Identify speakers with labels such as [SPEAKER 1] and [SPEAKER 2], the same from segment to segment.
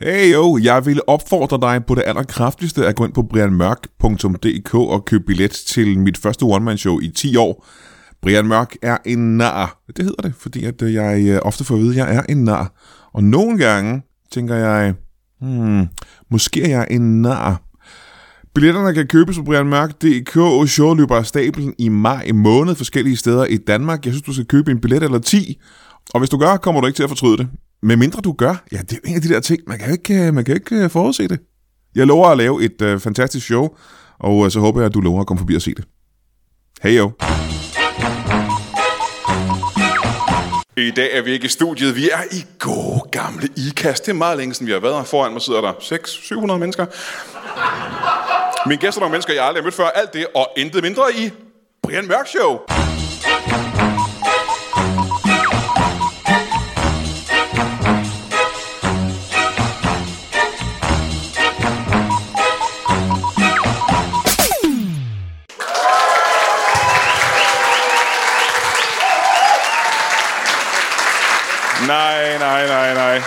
[SPEAKER 1] Hey jo, jeg ville opfordre dig på det allerkraftigste at gå ind på brianmørk.dk og købe billet til mit første one-man-show i 10 år. Brian Mørk er en nar. Det hedder det, fordi at øh, jeg øh, ofte får at vide, at jeg er en nar. Og nogle gange tænker jeg, hmm, måske er jeg en nar. Billetterne kan købes på brianmørk.dk og showet løber af stablen i maj måned forskellige steder i Danmark. Jeg synes, du skal købe en billet eller 10, og hvis du gør, kommer du ikke til at fortryde det. Med mindre du gør, ja, det er jo en af de der ting, man kan jo ikke, øh, man kan jo ikke øh, forudse det. Jeg lover at lave et øh, fantastisk show, og øh, så håber jeg, at du lover at komme forbi og se det. Hej jo. I dag er vi ikke i studiet. Vi er i gode gamle IKAST. Det er meget længe siden, vi har været her. Foran mig sidder der 600-700 mennesker. Mine gæster er nogle mennesker, jeg aldrig har mødt før. Alt det og intet mindre i Brian Mørk Show. Nej, nej, nej, nej.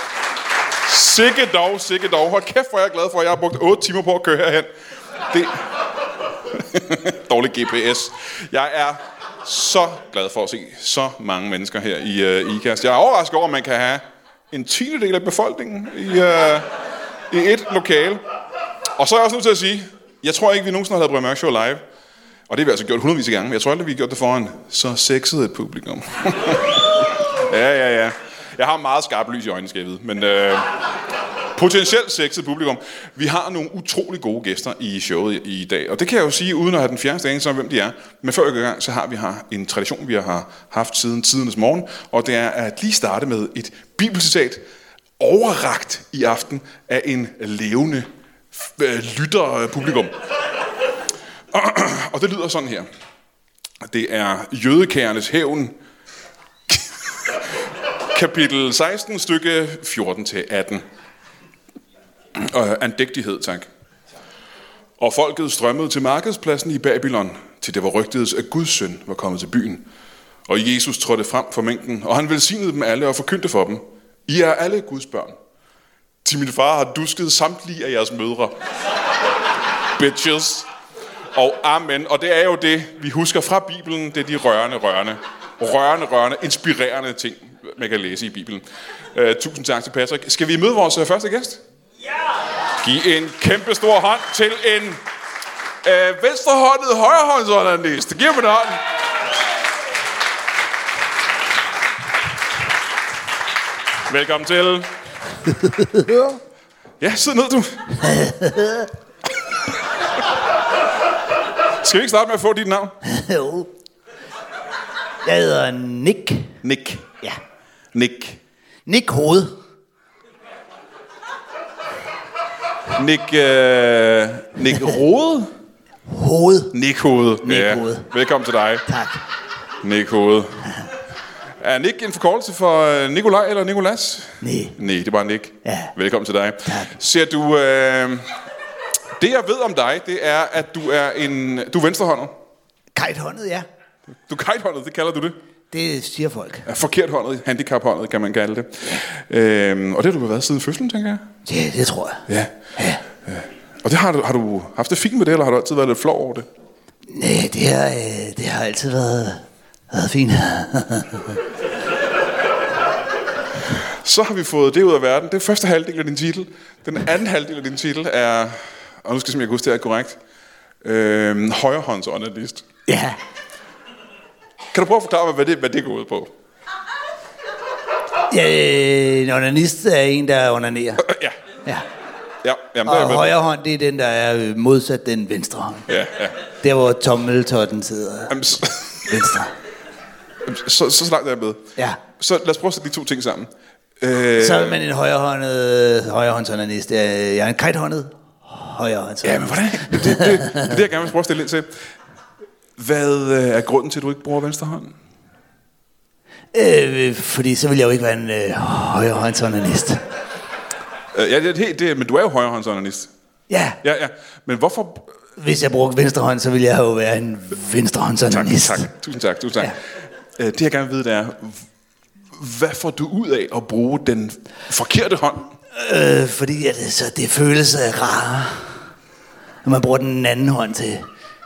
[SPEAKER 1] Sikke dog, sikke dog. Hold kæft, hvor jeg er glad for, at jeg har brugt 8 timer på at køre herhen. Det... Dårlig GPS. Jeg er så glad for at se så mange mennesker her i uh, IKAST. Jeg er overrasket over, at man kan have en tiendedel af befolkningen i, uh, i et lokale. Og så er jeg også nødt til at sige, jeg tror ikke, vi nogensinde har lavet Brian Mørk Show live. Og det har vi altså gjort hundredvis af gange, men jeg tror aldrig, vi har gjort det foran så sexet et publikum. Ja, ja, ja. Jeg har meget skarpt lys i øjnene, skal jeg vide. Men øh, potentielt sexet publikum. Vi har nogle utrolig gode gæster i showet i i dag. Og det kan jeg jo sige, uden at have den fjerneste anelse om, hvem de er. Men før jeg går i gang, så har vi har en tradition, vi har haft siden tidernes morgen. Og det er at lige starte med et bibelcitat, overragt i aften af en levende f- øh, lytterpublikum. Og det lyder sådan her. Det er jødekærernes hævn, Kapitel 16, stykke 14-18. Og andægtighed, tak. Og folket strømmede til markedspladsen i Babylon, til det var rygtedes, at Guds søn var kommet til byen. Og Jesus trådte frem for mængden, og han velsignede dem alle og forkyndte for dem. I er alle Guds børn. Til min far har dusket samtlige af jeres mødre. Bitches. Og amen. Og det er jo det, vi husker fra Bibelen. Det er de rørende, rørende, rørende, rørende, inspirerende ting, man kan læse i Bibelen. Uh, tusind tak til Patrick. Skal vi møde vores øh, første gæst? Ja! Giv en kæmpe stor hånd til en øh, venstrehåndet højrehåndsjournalist. Giv ham en hånd. Velkommen til. Ja, sid ned du. Skal vi ikke starte med at få dit navn?
[SPEAKER 2] Jo. Jeg hedder Nick.
[SPEAKER 1] Nick.
[SPEAKER 2] Ja.
[SPEAKER 1] Nick.
[SPEAKER 2] Nick Hoved.
[SPEAKER 1] Nick, øh, Nick Rode?
[SPEAKER 2] Hoved.
[SPEAKER 1] Nick Hoved.
[SPEAKER 2] Nick Hoved.
[SPEAKER 1] Velkommen til dig,
[SPEAKER 2] Tak.
[SPEAKER 1] Nick Hoved. Er Nick en forkortelse for øh, Nikolaj eller Nikolas?
[SPEAKER 2] Nej.
[SPEAKER 1] Nej, det er bare Nick.
[SPEAKER 2] Ja.
[SPEAKER 1] Velkommen til dig.
[SPEAKER 2] Tak.
[SPEAKER 1] Ser du... Øh, det, jeg ved om dig, det er, at du er en... Du er venstrehåndet.
[SPEAKER 2] Kajt håndet, ja.
[SPEAKER 1] Du er kitehåndet, det kalder du det.
[SPEAKER 2] Det siger folk.
[SPEAKER 1] Er Forkerthåndet, handicaphåndet, kan man kalde det. Øhm, og det har du været siden fødslen, tænker jeg.
[SPEAKER 2] Det, det tror jeg.
[SPEAKER 1] Ja.
[SPEAKER 2] Ja.
[SPEAKER 1] Og det har, du, har du haft det fint med det, eller har du altid været lidt flov over det?
[SPEAKER 2] Nej, det har, øh, det har altid været, været fint.
[SPEAKER 1] Så har vi fået det ud af verden. Det er første halvdel af din titel. Den anden halvdel af din titel er, og nu skal jeg simpelthen huske, det er korrekt, øh, højrehåndsjournalist.
[SPEAKER 2] ja.
[SPEAKER 1] Kan du prøve at forklare mig, hvad det, hvad det går ud på?
[SPEAKER 2] ja øh, en onanist er en, der onanerer.
[SPEAKER 1] Øh, Ja,
[SPEAKER 2] Ja.
[SPEAKER 1] ja, jamen, der er jeg
[SPEAKER 2] Og
[SPEAKER 1] med.
[SPEAKER 2] højre hånd, det er den, der er øh, modsat den venstre hånd.
[SPEAKER 1] Ja, ja.
[SPEAKER 2] Der, hvor tommeltotten sidder.
[SPEAKER 1] Jamen, så,
[SPEAKER 2] Venstre.
[SPEAKER 1] så, så, så langt er jeg med.
[SPEAKER 2] Ja.
[SPEAKER 1] Så lad os prøve at sætte de to ting sammen. Øh,
[SPEAKER 2] Så er man en højrehåndet højrehåndsonanist. Øh, Jeg er en kajthåndet højrehåndsonanist.
[SPEAKER 1] ja, men hvordan? Det, det, det, det er det, jeg gerne vil prøve at stille ind til. Hvad øh, er grunden til, at du ikke bruger venstre hånd?
[SPEAKER 2] Øh, fordi så ville jeg jo ikke være en øh, højrehåndsonanist.
[SPEAKER 1] Øh, ja, det, er helt, det, er- men du er jo højrehåndsjournalist.
[SPEAKER 2] Ja,
[SPEAKER 1] Ja, ja. Men hvorfor
[SPEAKER 2] hvis jeg brugte venstre hånd, så ville jeg jo være en
[SPEAKER 1] Tak,
[SPEAKER 2] venstrehåndsonanist.
[SPEAKER 1] tak. Tusind tak, tusind tak. Øh, Ja. Det jeg gerne vil vide, det er, h- hvad får du ud af at bruge den forkerte hånd?
[SPEAKER 2] Øh, fordi at, så det føles øh, rarere, når man bruger den anden hånd til.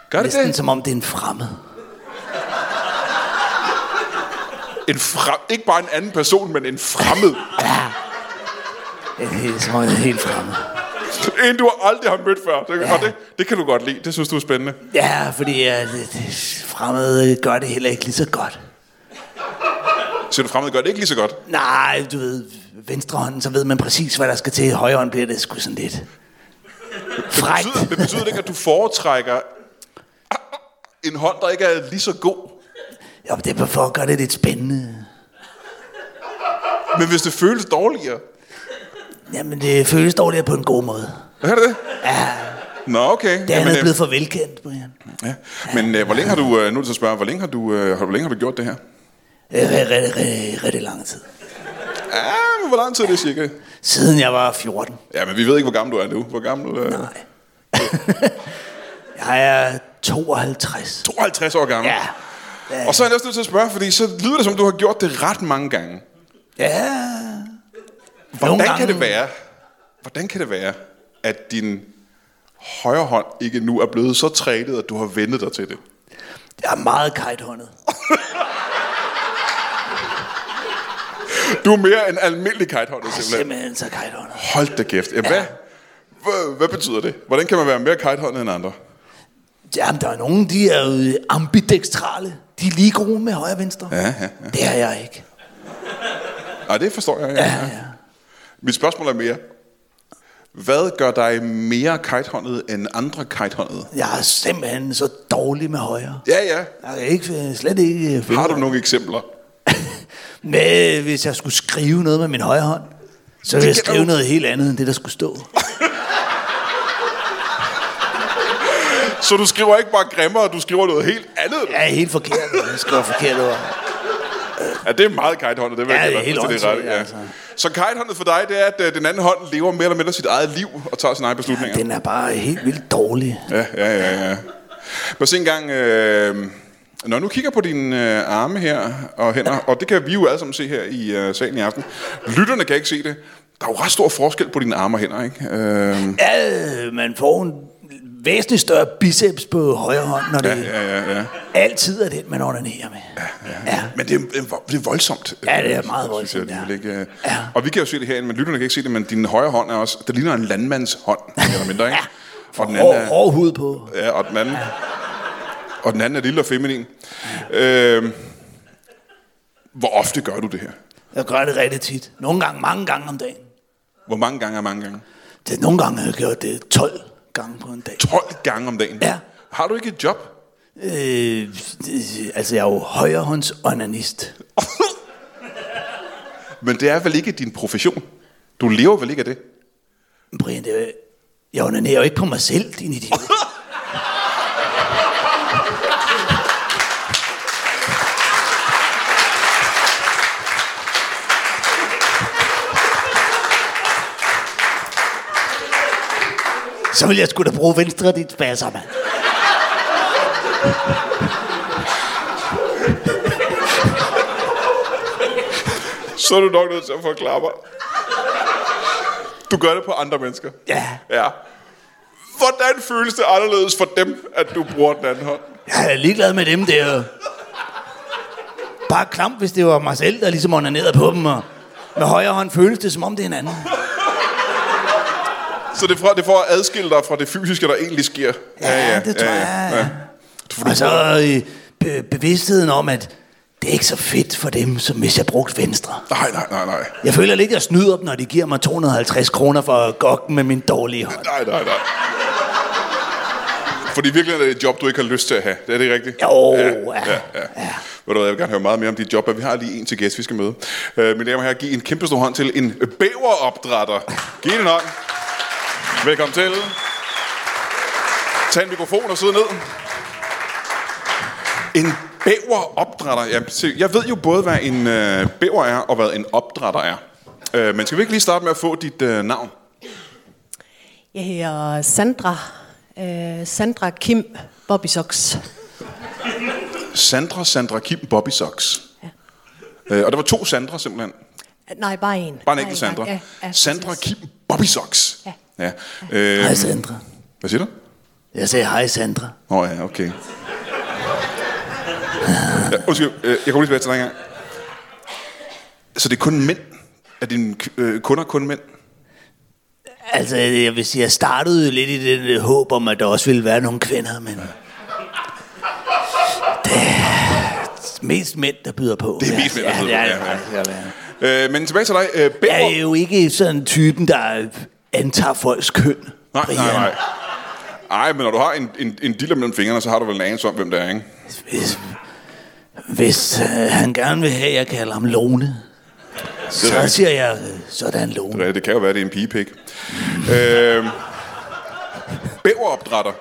[SPEAKER 1] Gør det
[SPEAKER 2] Næsten
[SPEAKER 1] det?
[SPEAKER 2] som om det er en fremmed.
[SPEAKER 1] En frem, ikke bare en anden person, men en fremmed.
[SPEAKER 2] Ja. Det er helt, som om det er helt fremmed.
[SPEAKER 1] en, du aldrig har mødt før. Det, Og det, det kan du godt lide. Det synes du er spændende.
[SPEAKER 2] Ja, fordi ja, det, det, fremmede gør det heller ikke lige så godt.
[SPEAKER 1] Så en fremmed gør det ikke lige så godt.
[SPEAKER 2] Nej, du ved, venstre hånd, så ved man præcis, hvad der skal til. Højre hånd bliver det sgu sådan lidt.
[SPEAKER 1] Betyder,
[SPEAKER 2] Frækt.
[SPEAKER 1] men betyder det ikke, at du foretrækker en hånd, der ikke er lige så god?
[SPEAKER 2] Jo, men det er for at gøre det lidt spændende.
[SPEAKER 1] Men hvis det føles dårligere?
[SPEAKER 2] Jamen, det føles dårligere på en god måde.
[SPEAKER 1] Hvad er det?
[SPEAKER 2] Ja,
[SPEAKER 1] Nå, okay.
[SPEAKER 2] det er
[SPEAKER 1] Jamen,
[SPEAKER 2] andet
[SPEAKER 1] øh,
[SPEAKER 2] blevet for velkendt, Brian.
[SPEAKER 1] ja. Men øh, hvor længe har du, øh, nu er det så at spørge, hvor længe har du, øh, har- hvor længe har du gjort det her?
[SPEAKER 2] Øh, Rigtig, rigtig, rigtig, rigtig lang tid.
[SPEAKER 1] Ja, men hvor lang tid er det cirka?
[SPEAKER 2] Siden jeg var 14.
[SPEAKER 1] Ja, men vi ved ikke, hvor gammel du er nu. Hvor gammel? Øh,
[SPEAKER 2] Nej. jeg er 52.
[SPEAKER 1] 52 år gammel.
[SPEAKER 2] Ja.
[SPEAKER 1] Og så er jeg næsten nødt til at spørge, fordi så lyder det som, du har gjort det ret mange gange.
[SPEAKER 2] Ja.
[SPEAKER 1] Hvordan kan det være? Hvordan kan det være, at din højre hånd ikke nu er blevet så trænet, at du har vendet dig til det?
[SPEAKER 2] Jeg er meget kajthåndet.
[SPEAKER 1] Du er mere en almindelig kitehåndet
[SPEAKER 2] Jeg er
[SPEAKER 1] simpelthen.
[SPEAKER 2] simpelthen så kajthåndet.
[SPEAKER 1] Hold da kæft. Ja, hvad, hvad, hvad betyder det? Hvordan kan man være mere kitehåndet end andre?
[SPEAKER 2] Jamen, der er nogen, de er jo ambidextrale. De er lige gode med højre og venstre.
[SPEAKER 1] Ja, ja, ja.
[SPEAKER 2] Det er jeg ikke.
[SPEAKER 1] Nej, det forstår jeg. Ja,
[SPEAKER 2] Ja,
[SPEAKER 1] ja.
[SPEAKER 2] ja.
[SPEAKER 1] Mit spørgsmål er mere. Hvad gør dig mere kitehåndet end andre kitehåndede?
[SPEAKER 2] Jeg er simpelthen så dårlig med højre.
[SPEAKER 1] Ja, ja.
[SPEAKER 2] Jeg kan ikke, øh, slet ikke
[SPEAKER 1] Har du nogle eksempler?
[SPEAKER 2] Men hvis jeg skulle skrive noget med min højre hånd, så ville jeg
[SPEAKER 1] kan
[SPEAKER 2] skrive
[SPEAKER 1] du-
[SPEAKER 2] noget helt andet end det, der skulle stå.
[SPEAKER 1] Så du skriver ikke bare grimmere, du skriver noget helt andet?
[SPEAKER 2] Jeg er helt forkert. Jeg skriver forkert ord.
[SPEAKER 1] Ja, det er meget kitehåndet, det vil
[SPEAKER 2] Ja,
[SPEAKER 1] jeg
[SPEAKER 2] det er
[SPEAKER 1] give dig
[SPEAKER 2] helt
[SPEAKER 1] fuldstændig
[SPEAKER 2] åndssvagt, altså.
[SPEAKER 1] Så kitehåndet for dig, det er, at øh, den anden hånd lever mere eller mindre sit eget liv og tager sine egne beslutninger.
[SPEAKER 2] Den er bare helt vildt dårlig.
[SPEAKER 1] Ja, ja, ja, ja. Men se engang, øh, når jeg nu kigger på dine øh, arme her og hænder, og det kan vi jo alle sammen se her i øh, salen i aften. Lytterne kan ikke se det. Der er jo ret stor forskel på dine arme og hænder, ikke? Øh,
[SPEAKER 2] Ja, man får en væsentligt større biceps på højre hånd, når det
[SPEAKER 1] ja, ja, ja.
[SPEAKER 2] altid er den, man onanerer med. Ja, ja.
[SPEAKER 1] Men det er, det er- det er voldsomt.
[SPEAKER 2] Ja, det er meget
[SPEAKER 1] Synes jeg
[SPEAKER 2] voldsomt, ja.
[SPEAKER 1] alligevel Ikke, øh.
[SPEAKER 2] Ja.
[SPEAKER 1] Og vi kan jo se det herinde, men lytterne kan ikke se det, men din højre hånd er også, det ligner en landmands hånd, mere eller mindre, ikke? Og den anden
[SPEAKER 2] Hård,
[SPEAKER 1] er,
[SPEAKER 2] hård hud på.
[SPEAKER 1] ja, og den anden, og den anden er lille og feminin. Øh, hvor ofte gør du det her?
[SPEAKER 2] Jeg gør det rigtig tit. Nogle gange, mange gange om dagen.
[SPEAKER 1] Hvor mange gange er mange gange?
[SPEAKER 2] Det, nogle gange har jeg gjort det 12 gange på en dag.
[SPEAKER 1] 12 gange om dagen?
[SPEAKER 2] Ja.
[SPEAKER 1] Har du ikke et job?
[SPEAKER 2] Øh, det- altså, jeg er jo højrehånds onanist.
[SPEAKER 1] Men det er vel ikke din profession? Du lever vel ikke af det?
[SPEAKER 2] Brian, det er, jeg onanerer jo ikke på mig selv, din idiot. Så vil jeg sgu da bruge venstre dit spasser, mand.
[SPEAKER 1] Så er du nok nødt til at forklare mig. Du gør det på andre mennesker.
[SPEAKER 2] Ja,
[SPEAKER 1] Ja. Hvordan føles det anderledes for dem, at du bruger den anden hånd?
[SPEAKER 2] jeg er ligeglad med dem der. Bare klamt, hvis det var mig selv, der ligesom onanerede på dem, og med højre hånd føles det, som om det er en anden.
[SPEAKER 1] Så det er, for, det er for at adskille dig fra det fysiske, der egentlig sker.
[SPEAKER 2] Ja, det tror jeg, ja.
[SPEAKER 1] Du,
[SPEAKER 2] Og så øh, be- bevidstheden om, at det er ikke så fedt for dem, som hvis jeg brugte venstre.
[SPEAKER 1] Nej, nej, nej, nej.
[SPEAKER 2] Jeg føler lidt, at jeg snyder dem, når de giver mig 250 kroner for at gokke med min dårlige hånd.
[SPEAKER 1] Nej, nej, nej. Fordi virkelig er det et job, du ikke har lyst til at have. Er det rigtigt?
[SPEAKER 2] Jo,
[SPEAKER 1] ja,
[SPEAKER 2] ja,
[SPEAKER 1] ja. ja. Ved du hvad, jeg vil gerne høre meget mere om dit job, men vi har lige en til gæst, vi skal møde. Øh, mine damer og herrer, giv en kæmpe stor hånd til en bæveropdrætter. Giv den en hånd. Velkommen til. Tag en mikrofon og sidde ned. En bæveropdrætter. Ja, se, jeg ved jo både, hvad en øh, bæver er, og hvad en opdrætter er. Øh, men skal vi ikke lige starte med at få dit øh, navn?
[SPEAKER 3] Jeg hedder Sandra. Øh, Sandra Kim Bobby Socks.
[SPEAKER 1] Sandra, Sandra Kim, Bobby Socks. Ja. Øh, og der var to Sandra simpelthen.
[SPEAKER 3] Nej, bare en.
[SPEAKER 1] Bare en enkelt
[SPEAKER 3] Nej,
[SPEAKER 1] Sandra.
[SPEAKER 3] Ja, ja,
[SPEAKER 1] Sandra
[SPEAKER 3] præcis.
[SPEAKER 1] Kim Bobby Socks.
[SPEAKER 3] Ja.
[SPEAKER 1] ja. Øh,
[SPEAKER 2] Hej Sandra.
[SPEAKER 1] hvad siger du?
[SPEAKER 2] Jeg sagde hej Sandra.
[SPEAKER 1] Nå oh, ja, okay. Ja, undskyld, øh, jeg kommer lige tilbage til dig engang. Så det er kun mænd? Er dine k- øh, kunder kun mænd?
[SPEAKER 2] Altså, jeg vil sige, jeg startede jo lidt i det, det håb om, at der også ville være nogle kvinder, men... Det er mest mænd, der byder på.
[SPEAKER 1] Det er mest mænd, der byder
[SPEAKER 2] ja,
[SPEAKER 1] på, ja,
[SPEAKER 2] det er
[SPEAKER 1] ja.
[SPEAKER 2] det faktisk, Ja, det er det.
[SPEAKER 1] Øh, men tilbage til dig. Øh, Bækrup.
[SPEAKER 2] Jeg er jo ikke sådan typen, der antager folks køn.
[SPEAKER 1] Nej,
[SPEAKER 2] Brian.
[SPEAKER 1] nej, nej. Ej, men når du har en, en, en dealer mellem fingrene, så har du vel en anelse om, hvem det er, ikke?
[SPEAKER 2] Hvis, hvis øh, han gerne vil have, at jeg kalder ham Lone, så
[SPEAKER 1] rigtigt.
[SPEAKER 2] siger jeg, øh, så er der en Lone.
[SPEAKER 1] Ja, det kan jo være, det er en pigepik. øh, bæveropdrætter.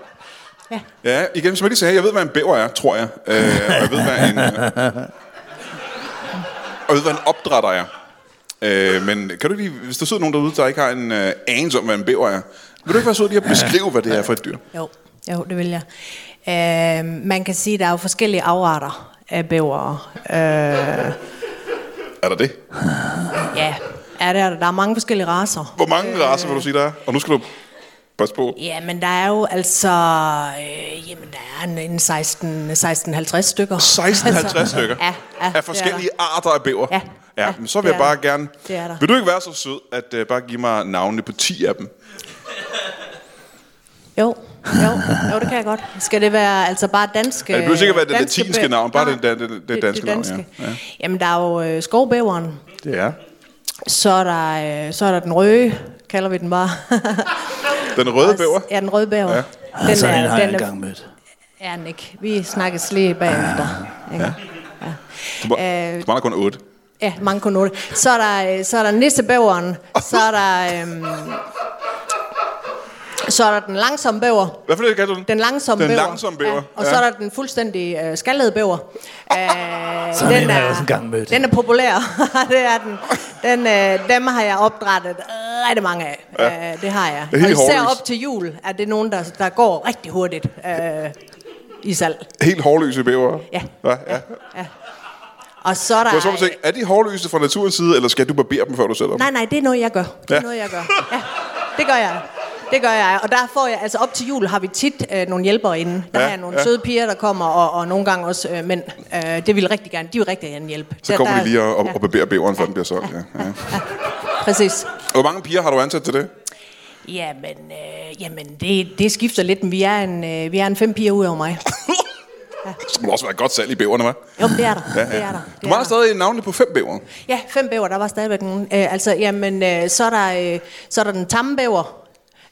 [SPEAKER 3] Ja.
[SPEAKER 1] Ja, igen, som jeg lige sagde, jeg ved, hvad en bæver er, tror jeg. Øh, og jeg ved, hvad en... Og jeg ved, hvad en opdrætter er. Øh, men kan du lige, hvis der sidder nogen derude, der ikke har en øh, anelse om, hvad en bæver er, vil du ikke være sød lige at beskrive, hvad det er for et dyr?
[SPEAKER 3] Jo, jo, det vil jeg. Øh, man kan sige, at der er jo forskellige afarter af bæver. Øh,
[SPEAKER 1] Er der det?
[SPEAKER 3] ja, er der, der er mange forskellige raser.
[SPEAKER 1] Hvor mange øh... raser vil du sige, der er? Og nu skal du passe på.
[SPEAKER 3] Ja, men der er jo altså... Øh, jamen, der er en, en 16, 16-50 stykker.
[SPEAKER 1] 1650
[SPEAKER 3] Altså,
[SPEAKER 1] stykker
[SPEAKER 3] Ja, ja,
[SPEAKER 1] af forskellige arter af bæver.
[SPEAKER 3] Ja,
[SPEAKER 1] ja,
[SPEAKER 3] ja,
[SPEAKER 1] men så vil
[SPEAKER 3] det
[SPEAKER 1] jeg
[SPEAKER 3] er
[SPEAKER 1] bare
[SPEAKER 3] der.
[SPEAKER 1] gerne...
[SPEAKER 3] Det er der.
[SPEAKER 1] Vil du ikke være så sød, at uh, bare give mig navnene på 10 af dem?
[SPEAKER 3] Det er der. Jo, jo, jo, det kan jeg godt. Skal det være altså bare danske...
[SPEAKER 1] Ja, det behøver ikke at være det
[SPEAKER 3] danske
[SPEAKER 1] latinske
[SPEAKER 3] bæ-
[SPEAKER 1] navn, bare
[SPEAKER 3] Nej,
[SPEAKER 1] det- det- det- det danske navn, ja. Ja.
[SPEAKER 3] Jamen, der er jo øh, skovbæveren,
[SPEAKER 1] Det er
[SPEAKER 3] så er, der, øh, så er der den røde, kalder vi den bare.
[SPEAKER 1] den røde bæver.
[SPEAKER 3] Ja, den røde bæver.
[SPEAKER 1] Ja.
[SPEAKER 3] Ja.
[SPEAKER 2] Den, altså, den har jeg engang mødt.
[SPEAKER 3] Ja, Nick. Vi snakkes lige bagefter. ikke?
[SPEAKER 1] Du,
[SPEAKER 3] Øh,
[SPEAKER 1] må, du mangler kun 8.
[SPEAKER 3] Ja, mange kun otte. Så er der, øh, så er der nissebæveren, så er der... Øhm, så er der den langsomme bæver.
[SPEAKER 1] Hvad for det, kalder du den?
[SPEAKER 3] Den langsomme
[SPEAKER 1] Den
[SPEAKER 3] bæver.
[SPEAKER 1] langsomme bæver.
[SPEAKER 3] Ja, og så er der den fuldstændig øh, skaldede bæver. Øh,
[SPEAKER 2] Sådan en har jeg også engang mødt.
[SPEAKER 3] Den er populær. det er den. den øh, dem har jeg opdrettet rigtig mange af. Ja. Øh, det har jeg.
[SPEAKER 1] Det er helt
[SPEAKER 3] og især
[SPEAKER 1] hårløst.
[SPEAKER 3] op til jul er det nogen, der, der går rigtig hurtigt øh, i salg.
[SPEAKER 1] Helt hårløse bæver.
[SPEAKER 3] Ja.
[SPEAKER 1] ja. ja.
[SPEAKER 3] Og så er der...
[SPEAKER 1] Det var som at tænke, er de hårløse fra naturens side, eller skal du barbere dem, før du sælger dem?
[SPEAKER 3] Nej, nej, det er noget, jeg gør. Det
[SPEAKER 1] Ja.
[SPEAKER 3] er ja. noget, jeg gør. Ja, det gør jeg. Det gør jeg. Og der får jeg, altså op til jul har vi tit øh, nogle hjælpere inde. Der
[SPEAKER 1] Ja,
[SPEAKER 3] ja, er nogle
[SPEAKER 1] ja.
[SPEAKER 3] ja. søde piger, der kommer, og, og nogle gange også øh, mænd. Øh, det vil rigtig gerne. De vil rigtig gerne hjælpe.
[SPEAKER 1] Så
[SPEAKER 3] Der-
[SPEAKER 1] kommer
[SPEAKER 3] der,
[SPEAKER 1] de lige og, og, og barberer bæveren, før den bliver solgt. Ja. Ja.
[SPEAKER 3] Præcis.
[SPEAKER 1] Hvor mange piger har du ansat til det?
[SPEAKER 3] Jamen, øh, jamen det, det skifter lidt, men vi er en, øh, vi er en fem piger ud over mig.
[SPEAKER 1] Så må der også være godt salg i bæverne, hva'?
[SPEAKER 3] Jo, det er der. Ja, ja. Det er der. Det
[SPEAKER 1] Du
[SPEAKER 3] er
[SPEAKER 1] mangler
[SPEAKER 3] der.
[SPEAKER 1] stadig navnene på fem bæver.
[SPEAKER 3] Ja, fem bæver, der var stadigvæk nogen. Øh, altså, jamen, øh, så, er der, øh, så er der den tamme bæver.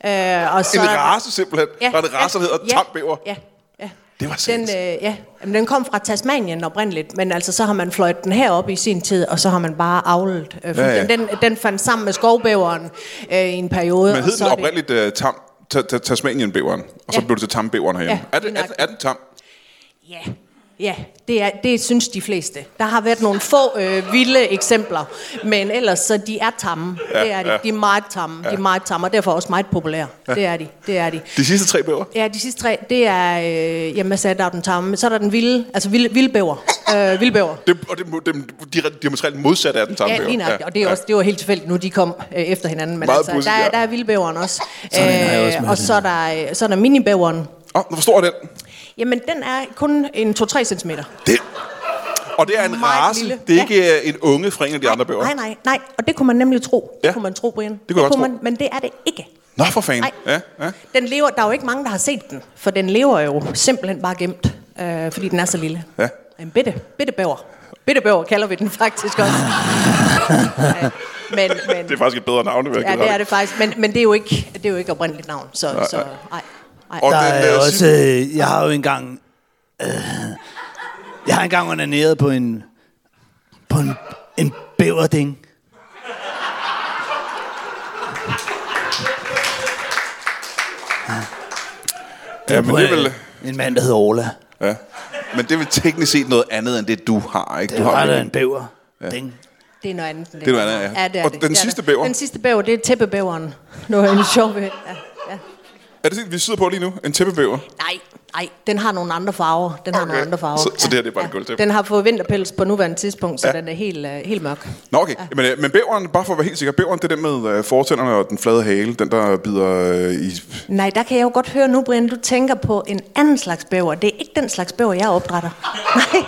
[SPEAKER 3] Øh, og så
[SPEAKER 1] En
[SPEAKER 3] er der-
[SPEAKER 1] race simpelthen. Ja, der er en race, der hedder ja, tambæver.
[SPEAKER 3] Ja, ja.
[SPEAKER 1] Det var
[SPEAKER 3] Den,
[SPEAKER 1] sandt.
[SPEAKER 3] øh, ja. Jamen, den kom fra Tasmanien oprindeligt, men altså, så har man fløjet den herop i sin tid, og så har man bare avlet. Øh,
[SPEAKER 1] Ja,
[SPEAKER 3] ja,
[SPEAKER 1] ja.
[SPEAKER 3] ja. Den, den fandt sammen med skovbæveren øh, i en periode.
[SPEAKER 1] Men
[SPEAKER 3] og
[SPEAKER 1] hed
[SPEAKER 3] så
[SPEAKER 1] den
[SPEAKER 3] er det-
[SPEAKER 1] oprindeligt uh, tam, ta, ta, Tasmanienbæveren, og så
[SPEAKER 3] Ja.
[SPEAKER 1] blev det til tambæveren herhjemme.
[SPEAKER 3] Ja,
[SPEAKER 1] er, det,
[SPEAKER 3] lige
[SPEAKER 1] er, er den tam?
[SPEAKER 3] Ja, ja det, er, det synes de fleste. Der har været nogle få øh, vilde eksempler, men ellers så de er tamme.
[SPEAKER 1] Ja,
[SPEAKER 3] Ja, det er de.
[SPEAKER 1] ja.
[SPEAKER 3] Ja. De er meget tamme. Ja. De er meget tamme, og derfor også meget populære. Ja. Det er de. Det er de.
[SPEAKER 1] De sidste tre bæver?
[SPEAKER 3] Ja, de sidste tre, det er, øh, jamen jeg sagde, der er den tamme, men så er der den vilde, altså vild, vildbæver. Øh, vildbæver.
[SPEAKER 1] Det, og det, det, det, de er diametralt modsat af den
[SPEAKER 3] Ja,
[SPEAKER 1] tambæver.
[SPEAKER 3] lige nok. Og det, er også, det var helt tilfældigt, nu de kom øh, efter hinanden. Men
[SPEAKER 1] Meget
[SPEAKER 3] altså,
[SPEAKER 1] pudsigt,
[SPEAKER 3] der,
[SPEAKER 1] ja.
[SPEAKER 3] er- der er vildbæveren også.
[SPEAKER 2] Sådan en har jeg også
[SPEAKER 3] Øh,
[SPEAKER 2] med.
[SPEAKER 3] og så er der, øh, så er der minibæveren.
[SPEAKER 1] Åh, hvor stor er den?
[SPEAKER 3] Jamen, den er kun en 2-3 cm.
[SPEAKER 1] Det. Og det er en
[SPEAKER 3] Meget
[SPEAKER 1] race.
[SPEAKER 3] lille.
[SPEAKER 1] Det er
[SPEAKER 3] Ja.
[SPEAKER 1] ikke øh, en unge fra en af de andre bæver.
[SPEAKER 3] Nej, nej, nej. Og det kunne man nemlig tro. Det
[SPEAKER 1] Ja.
[SPEAKER 3] kunne Mm. man tro, Brian.
[SPEAKER 1] jeg godt tro.
[SPEAKER 3] man, Men det er det ikke.
[SPEAKER 1] Nå, for fanden.
[SPEAKER 3] Nej.
[SPEAKER 1] Ja, ja.
[SPEAKER 3] Den lever, der er jo ikke mange, der har set den, for den lever jo simpelthen bare gemt, øh, fordi den er så lille.
[SPEAKER 1] Ja.
[SPEAKER 3] En bitte, bitte bæver. Bitte bæver kalder vi den faktisk også. Ja, men, men,
[SPEAKER 1] Det er faktisk et bedre navn, det vil jeg
[SPEAKER 3] ja,
[SPEAKER 1] give dig
[SPEAKER 3] det er
[SPEAKER 1] ret i.
[SPEAKER 3] det faktisk, men, men det, er jo ikke, det er jo ikke oprindeligt navn, så, nej, så nej. nej.
[SPEAKER 1] Og
[SPEAKER 2] Der
[SPEAKER 1] den,
[SPEAKER 2] er
[SPEAKER 1] øh,
[SPEAKER 2] også,
[SPEAKER 1] sidste-
[SPEAKER 2] øh, jeg har jo engang, øh, jeg har engang onaneret på en, på en, en bæverding. Ja.
[SPEAKER 1] Ja, men
[SPEAKER 2] på
[SPEAKER 1] det er
[SPEAKER 2] en-
[SPEAKER 1] vel-
[SPEAKER 2] En mand, der hedder Orla.
[SPEAKER 1] Ja. Men det er vel teknisk set noget andet, end det du har, ikke? Du
[SPEAKER 2] Det
[SPEAKER 1] har
[SPEAKER 2] var
[SPEAKER 1] vel-
[SPEAKER 2] da en bæver. Ja. Ding.
[SPEAKER 3] Det er noget andet. end
[SPEAKER 1] Det er noget andet, ja.
[SPEAKER 3] ja det er
[SPEAKER 1] Og
[SPEAKER 3] det.
[SPEAKER 1] den
[SPEAKER 3] det er
[SPEAKER 1] sidste
[SPEAKER 3] det.
[SPEAKER 1] bæver?
[SPEAKER 3] Den sidste bæver, det er tæppebæveren. Nu er en sjov ved. Ja, ja.
[SPEAKER 1] Er det sådan, vi sidder på lige nu? En tæppevæver?
[SPEAKER 3] Nej, nej, den har nogle andre farver. Den okay. har nogle
[SPEAKER 1] Okay.
[SPEAKER 3] andre farver.
[SPEAKER 1] Så- så det her, det er bare et gulvtæppe?
[SPEAKER 3] Den har fået vinterpels på nuværende tidspunkt, så ja. den er helt, øh, helt mørk.
[SPEAKER 1] Nå, okay. Ja. Men, øh, men bæveren, bare for at være helt sikker, bæveren, det er den med øh, fortænderne og den flade hale, den der bider øh, i...
[SPEAKER 3] Nej, der kan jeg jo godt høre nu, Brian, du tænker på en anden slags bæver. Det er ikke den slags bæver, jeg opdrætter. Nej.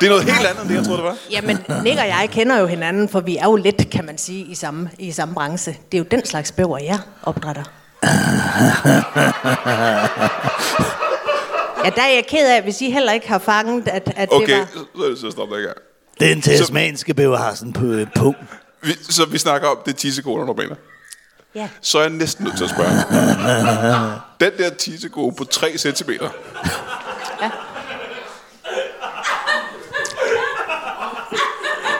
[SPEAKER 1] Det er noget helt andet, end det, jeg troede, det var.
[SPEAKER 3] Jamen, Nick og jeg kender jo hinanden, for vi er jo lidt, kan man sige, i samme, i samme branche. Det er jo den slags bæver, jeg opdrætter. ja, der er jeg ked af, hvis I heller ikke har fanget, at, at okay. det
[SPEAKER 1] Okay,
[SPEAKER 3] var...
[SPEAKER 1] så, så stop der ikke
[SPEAKER 2] Den tasmanske bæver har sådan på øh, pung.
[SPEAKER 1] vi, Så vi snakker om, det er tissekoner, du mener.
[SPEAKER 3] Ja.
[SPEAKER 1] Så er jeg næsten nødt til at spørge. Den der tissekone på 3 cm,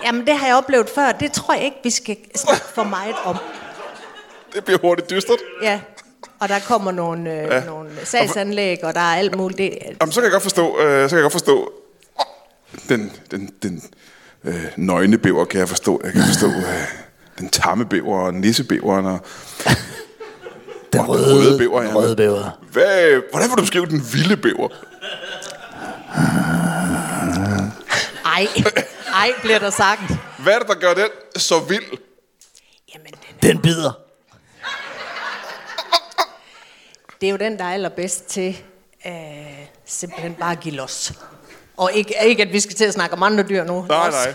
[SPEAKER 3] Jamen, det har jeg oplevet før. Det tror jeg ikke, vi skal snakke for meget om.
[SPEAKER 1] det bliver hurtigt dystert.
[SPEAKER 3] Ja. Og der kommer nogle, øh, ja. nogle sagsanlæg, og der er alt muligt. Det,
[SPEAKER 1] Jamen, så kan jeg godt forstå, øh, så kan jeg godt forstå den, den, den øh, nøgne bæver, kan jeg forstå. Jeg kan forstå øh, den tamme bæver og nissebæveren. Og,
[SPEAKER 2] Den
[SPEAKER 1] og
[SPEAKER 2] røde,
[SPEAKER 1] røde bæver, ja.
[SPEAKER 2] den røde bæver.
[SPEAKER 1] hvad, hvordan vil du beskrive den vilde bæver?
[SPEAKER 3] ej, ej, bliver der sagt.
[SPEAKER 1] Hvad er det, der gør den så vild?
[SPEAKER 3] Jamen, den,
[SPEAKER 2] Den bider.
[SPEAKER 3] det er jo den, der er allerbedst til øh, simpelthen bare at give los. Og ikke, ikke, at vi skal til at snakke om andre dyr nu.
[SPEAKER 1] Nej,
[SPEAKER 3] Los.
[SPEAKER 1] nej.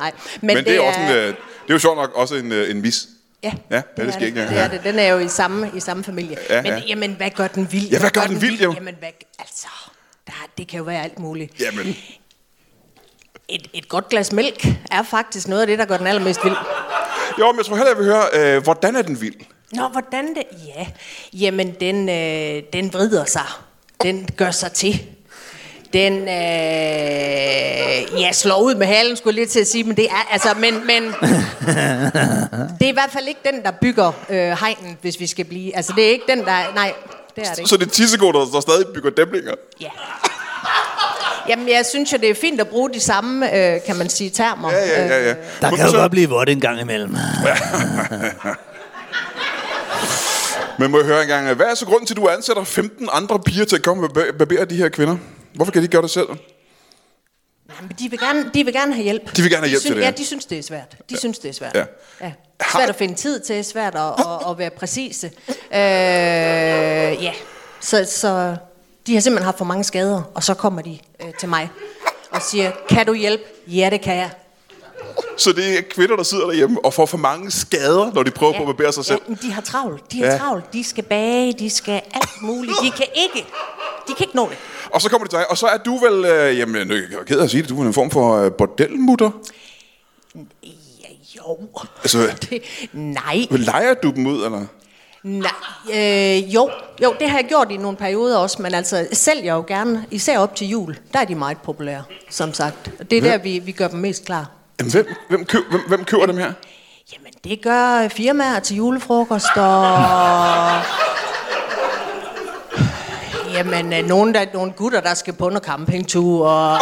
[SPEAKER 3] nej.
[SPEAKER 1] Men, Men det, det, er også en, øh, det er jo sjovt nok også en, øh, en mis.
[SPEAKER 3] Ja,
[SPEAKER 1] Ja, ja, det
[SPEAKER 3] er
[SPEAKER 1] skal ikke
[SPEAKER 3] det,
[SPEAKER 1] engang
[SPEAKER 3] det er
[SPEAKER 1] have.
[SPEAKER 3] det. Den er jo i samme, i samme familie.
[SPEAKER 1] Ja,
[SPEAKER 3] Ja, Men
[SPEAKER 1] ja.
[SPEAKER 3] ja. jamen, hvad gør den vild?
[SPEAKER 1] Ja, hvad gør den vild, jo?
[SPEAKER 3] Jamen, hvad, altså, der, det kan jo være alt muligt.
[SPEAKER 1] Jamen,
[SPEAKER 3] Et, et godt glas mælk er faktisk noget af det, der gør den allermest vild.
[SPEAKER 1] jo, men jeg tror heller, jeg vil høre, øh, hvordan er den vild?
[SPEAKER 3] Nå, hvordan det? Ja, jamen den, øh, den vrider sig. Den gør sig til. Den, øh, ja, slår ud med halen, skulle jeg lige til at sige, men det er, altså, men, men, det er i hvert fald ikke den, der bygger øh, hegnen, hvis vi skal blive, altså det er ikke den, der, nej, det er det ikke.
[SPEAKER 1] Så det er tissekoner, der stadig bygger dæmninger.
[SPEAKER 3] Ja. Jamen, jeg synes jo, det er fint at bruge de samme, øh, kan man sige, termer. øh,
[SPEAKER 1] Ja, ja, ja, ja.
[SPEAKER 2] Der
[SPEAKER 1] Men
[SPEAKER 2] kan jo
[SPEAKER 1] så-
[SPEAKER 2] godt blive vådt en gang imellem.
[SPEAKER 1] Men må jeg høre engang, hvad er så grunden til, at du ansætter 15 andre piger til at komme og barbe- barbere de her kvinder? Hvorfor kan de ikke gøre det selv?
[SPEAKER 3] Jamen, de, vil gerne, de vil gerne have hjælp.
[SPEAKER 1] De vil gerne have hjælp
[SPEAKER 3] synes,
[SPEAKER 1] til det,
[SPEAKER 3] Ja,
[SPEAKER 1] ja.
[SPEAKER 3] de synes, det er svært. De ja. synes, det er svært.
[SPEAKER 1] Ja.
[SPEAKER 3] Ja. ja.
[SPEAKER 1] Har-
[SPEAKER 3] Svært at finde tid til, svært at, at, at være præcise. Øh, ja, så, så de har simpelthen haft for mange skader, og så kommer de øh, til mig og siger, kan du hjælpe? Ja, det kan jeg.
[SPEAKER 1] Så det er kvinder, der sidder derhjemme og får for mange skader, når de prøver ja. på at barbere sig selv.
[SPEAKER 3] Ja, men de har travlt. De har
[SPEAKER 1] Ja.
[SPEAKER 3] ja. travlt. De skal bage, de skal alt muligt. De kan ikke, de kan ikke nå det.
[SPEAKER 1] Og så kommer de til dig, og så er du vel, øh, jamen, jeg er ked af at sige det, du er en form for øh, bordelmutter.
[SPEAKER 3] Ja, jo.
[SPEAKER 1] Altså,
[SPEAKER 3] Det, nej.
[SPEAKER 1] leger du dem ud, eller?
[SPEAKER 3] Nej, øh, jo. jo, det har jeg gjort i nogle perioder også, men altså sælger jo gerne, især op til jul, der er de meget populære, som sagt. Og Det er der, vi, vi gør dem mest klar.
[SPEAKER 1] Jamen, hvem, hvem, køb, hvem, hvem køber dem her?
[SPEAKER 3] Jamen, det gør firmaer til julefrokost og... Jamen, øh, nogle, der, nogle gutter, der skal på under campingtur og...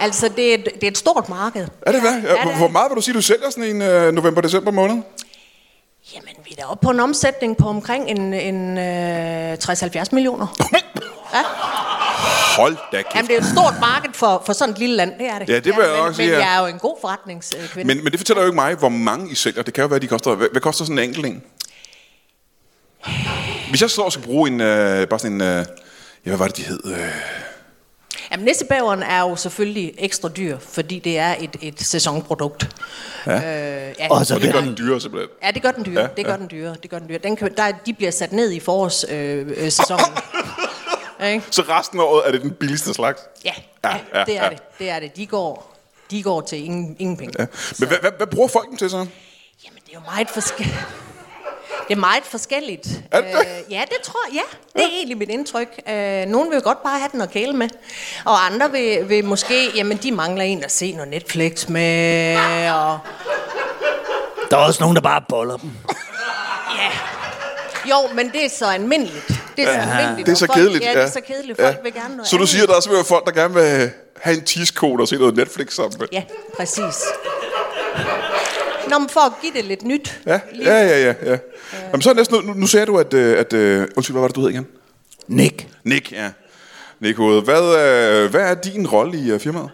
[SPEAKER 3] Altså, det er, et, det er et stort marked.
[SPEAKER 1] Er det hvad?
[SPEAKER 3] det er
[SPEAKER 1] Hvor meget vil du sige, du sælger sådan en øh, november-december måned?
[SPEAKER 3] Jamen, vi er da oppe på en omsætning på omkring en, en øh, 60-70 millioner. Ja.
[SPEAKER 1] Hold da kæft.
[SPEAKER 3] Jamen, det er et stort marked for, for sådan et lille land, det er det.
[SPEAKER 1] Ja, det vil jeg
[SPEAKER 3] men,
[SPEAKER 1] nok sige,
[SPEAKER 3] Men
[SPEAKER 1] ja.
[SPEAKER 3] jeg er jo en god forretningskvinde. Men...
[SPEAKER 1] Men, men det fortæller jo ikke mig, hvor mange I sælger. Det kan jo være, de koster... Hvad, hvad koster sådan en enkelt en? Hvis jeg står og skal bruge en... Øh, bare sådan en... Øh, ja, hvad var det, de hed? Øh,
[SPEAKER 3] Jamen, nissebæveren er jo selvfølgelig ekstra dyr, fordi det er et, et sæsonprodukt. Ja. Øh, ja.
[SPEAKER 2] Og så
[SPEAKER 1] og det gør
[SPEAKER 2] Ja.
[SPEAKER 1] den dyre, simpelthen.
[SPEAKER 3] Ja, det gør den
[SPEAKER 1] Ja,
[SPEAKER 3] dyre. Ja, det gør den dyre. Det gør den dyre. Den kan, der, de bliver sat ned i forårssæsonen. Øh, øh, sæsonen. Ikke?
[SPEAKER 1] Så resten af året er det den billigste slags.
[SPEAKER 3] ja,
[SPEAKER 1] Ja,
[SPEAKER 3] ja,
[SPEAKER 1] ja,
[SPEAKER 3] ja, det er
[SPEAKER 1] ja.
[SPEAKER 3] det. Det er det. De går, de går til ingen, ingen penge.
[SPEAKER 1] Ja. Men hvad, hvad, hvad bruger folk dem til så?
[SPEAKER 3] Jamen, det er jo meget forskelligt. Det er meget forskelligt. Øh,
[SPEAKER 1] Er det det?
[SPEAKER 3] ja, det tror jeg. Ja, det er egentlig mit indtryk. Øh, nogen vil jo godt bare have den at kæle med. Og andre vil, vil måske... Jamen, de mangler en at se noget Netflix med. Og,
[SPEAKER 2] Der er også nogen, der bare boller dem.
[SPEAKER 3] ja. Jo, men det er så almindeligt. Det er så almindeligt.
[SPEAKER 1] Det er
[SPEAKER 3] og
[SPEAKER 1] så
[SPEAKER 3] folk,
[SPEAKER 1] kedeligt.
[SPEAKER 3] Ja, det er så kedeligt. Folk ja. vil gerne noget
[SPEAKER 1] Så du
[SPEAKER 3] andet.
[SPEAKER 1] siger, der er simpelthen folk, der gerne vil have en tidskode og se noget Netflix sammen med?
[SPEAKER 3] Ja, præcis. Nå, men for at give det lidt nyt.
[SPEAKER 4] Ja, ja, ja, ja. ja. Jamen, så er det næsten, nu, nu sagde du, at, øh, at... øh, Undskyld, hvad var det, du hed igen?
[SPEAKER 2] Nick.
[SPEAKER 4] Nick, ja. Nick Hoved. Hvad, øh, hvad er din rolle i øh, firmaet?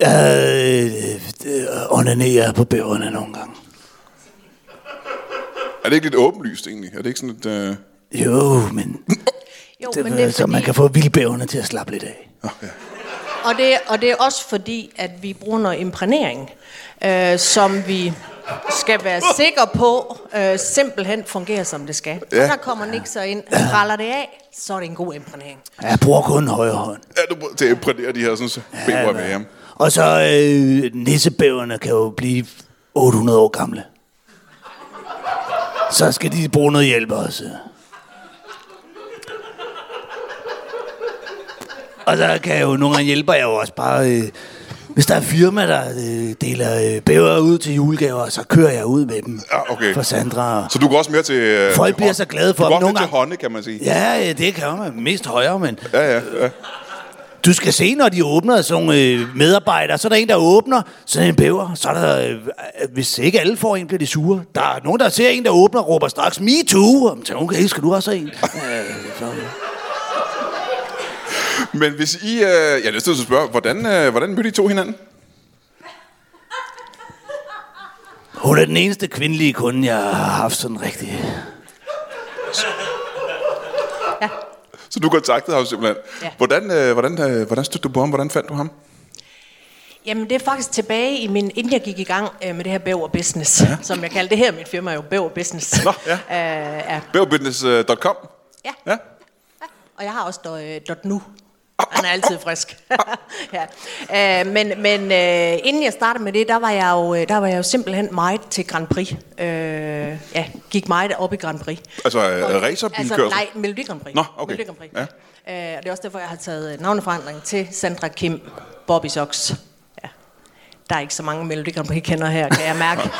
[SPEAKER 2] Jeg øh, onanerer på bæverne nogle gange.
[SPEAKER 4] Er det ikke lidt åbenlyst, egentlig? Er det ikke sådan et... Øh...
[SPEAKER 2] Jo, men,
[SPEAKER 3] Jo,
[SPEAKER 2] det, men det er, så man kan få vildbæverne til at slappe lidt af.
[SPEAKER 3] Og det, og det er også fordi, at vi bruger noget imprænering, øh, som vi skal være sikre på, øh, simpelthen fungerer, som det skal.
[SPEAKER 4] Ja.
[SPEAKER 3] Ja. Og der kommer Nick så ind, og praller det af, så er det en god imprænering.
[SPEAKER 2] Jeg bruger kun højre hånd.
[SPEAKER 4] Er du prøver til at imprægnere de her sådan, så bæver med ham?
[SPEAKER 2] Og så øh, nissebæverne kan jo blive 800 år gamle. Så skal de bruge noget hjælp også. Og så kan jeg jo nogle gange hjælper jeg jo også bare... Øh, hvis der er firma, der øh, deler øh, bæver ud til julegaver, så kører jeg ud med dem.
[SPEAKER 4] Ja, Ah, okay.
[SPEAKER 2] For Sandra.
[SPEAKER 4] Så du går også mere til... Øh,
[SPEAKER 2] Folk
[SPEAKER 4] til
[SPEAKER 2] bliver
[SPEAKER 4] hånd-
[SPEAKER 2] så glade for
[SPEAKER 4] Du
[SPEAKER 2] dem
[SPEAKER 4] går også
[SPEAKER 2] nogle
[SPEAKER 4] mere til
[SPEAKER 2] gange.
[SPEAKER 4] hånde, kan man sige.
[SPEAKER 2] Ja, øh, det kan man. Mest højre, men...
[SPEAKER 4] Ja, ja, ja.
[SPEAKER 2] Du skal se, når de åbner sådan nogle øh, medarbejdere. Så er der en, der åbner, så er der en bæver. Så er der, øh, øh, hvis ikke alle får en, bliver de sure. Der er nogen, der ser en, der åbner og råber straks, me too. Og man tænker, okay, skal du også have en? Øh, så-
[SPEAKER 4] Men hvis I... Øh, jeg er næsten nødt til at spørge, hvordan, øh, hvordan mødte I to hinanden?
[SPEAKER 2] Hun er den eneste kvindelige kunde, jeg har haft sådan rigtig.
[SPEAKER 4] Så du kontaktede ham simpelthen.
[SPEAKER 3] Ja.
[SPEAKER 4] Hvordan, øh, hvordan, øh, hvordan stødte du på ham? Hvordan fandt du ham?
[SPEAKER 3] Jamen, det er faktisk tilbage i min, inden jeg gik i gang øh, med det her bæver business, ja. som jeg kalder det her, mit firma er jo bæver business.
[SPEAKER 4] Nå, ja.
[SPEAKER 3] Øh, ja.
[SPEAKER 4] Bævbusiness.com?
[SPEAKER 3] ja.
[SPEAKER 4] Ja.
[SPEAKER 3] Og jeg har også dot, øh, dot nu. Han er altid frisk. ja. øh, men men øh, inden jeg startede med det, der var jeg jo, øh, der var jeg jo simpelthen meget til Grand Prix. Øh, ja, gik meget op i Grand Prix.
[SPEAKER 4] Altså øh,
[SPEAKER 3] Og-
[SPEAKER 4] racerbilkørsel?
[SPEAKER 3] Altså, nej, Melodi Grand Prix.
[SPEAKER 4] Nå, okay.
[SPEAKER 3] Melodi Grand Prix.
[SPEAKER 4] Ja.
[SPEAKER 3] Ja. Øh, og det er også derfor, jeg har taget øh, navneforandring til Sandra Kim Bobby Sox. Ja. Der er ikke så mange Melodi Grand Prix kender her, kan jeg mærke.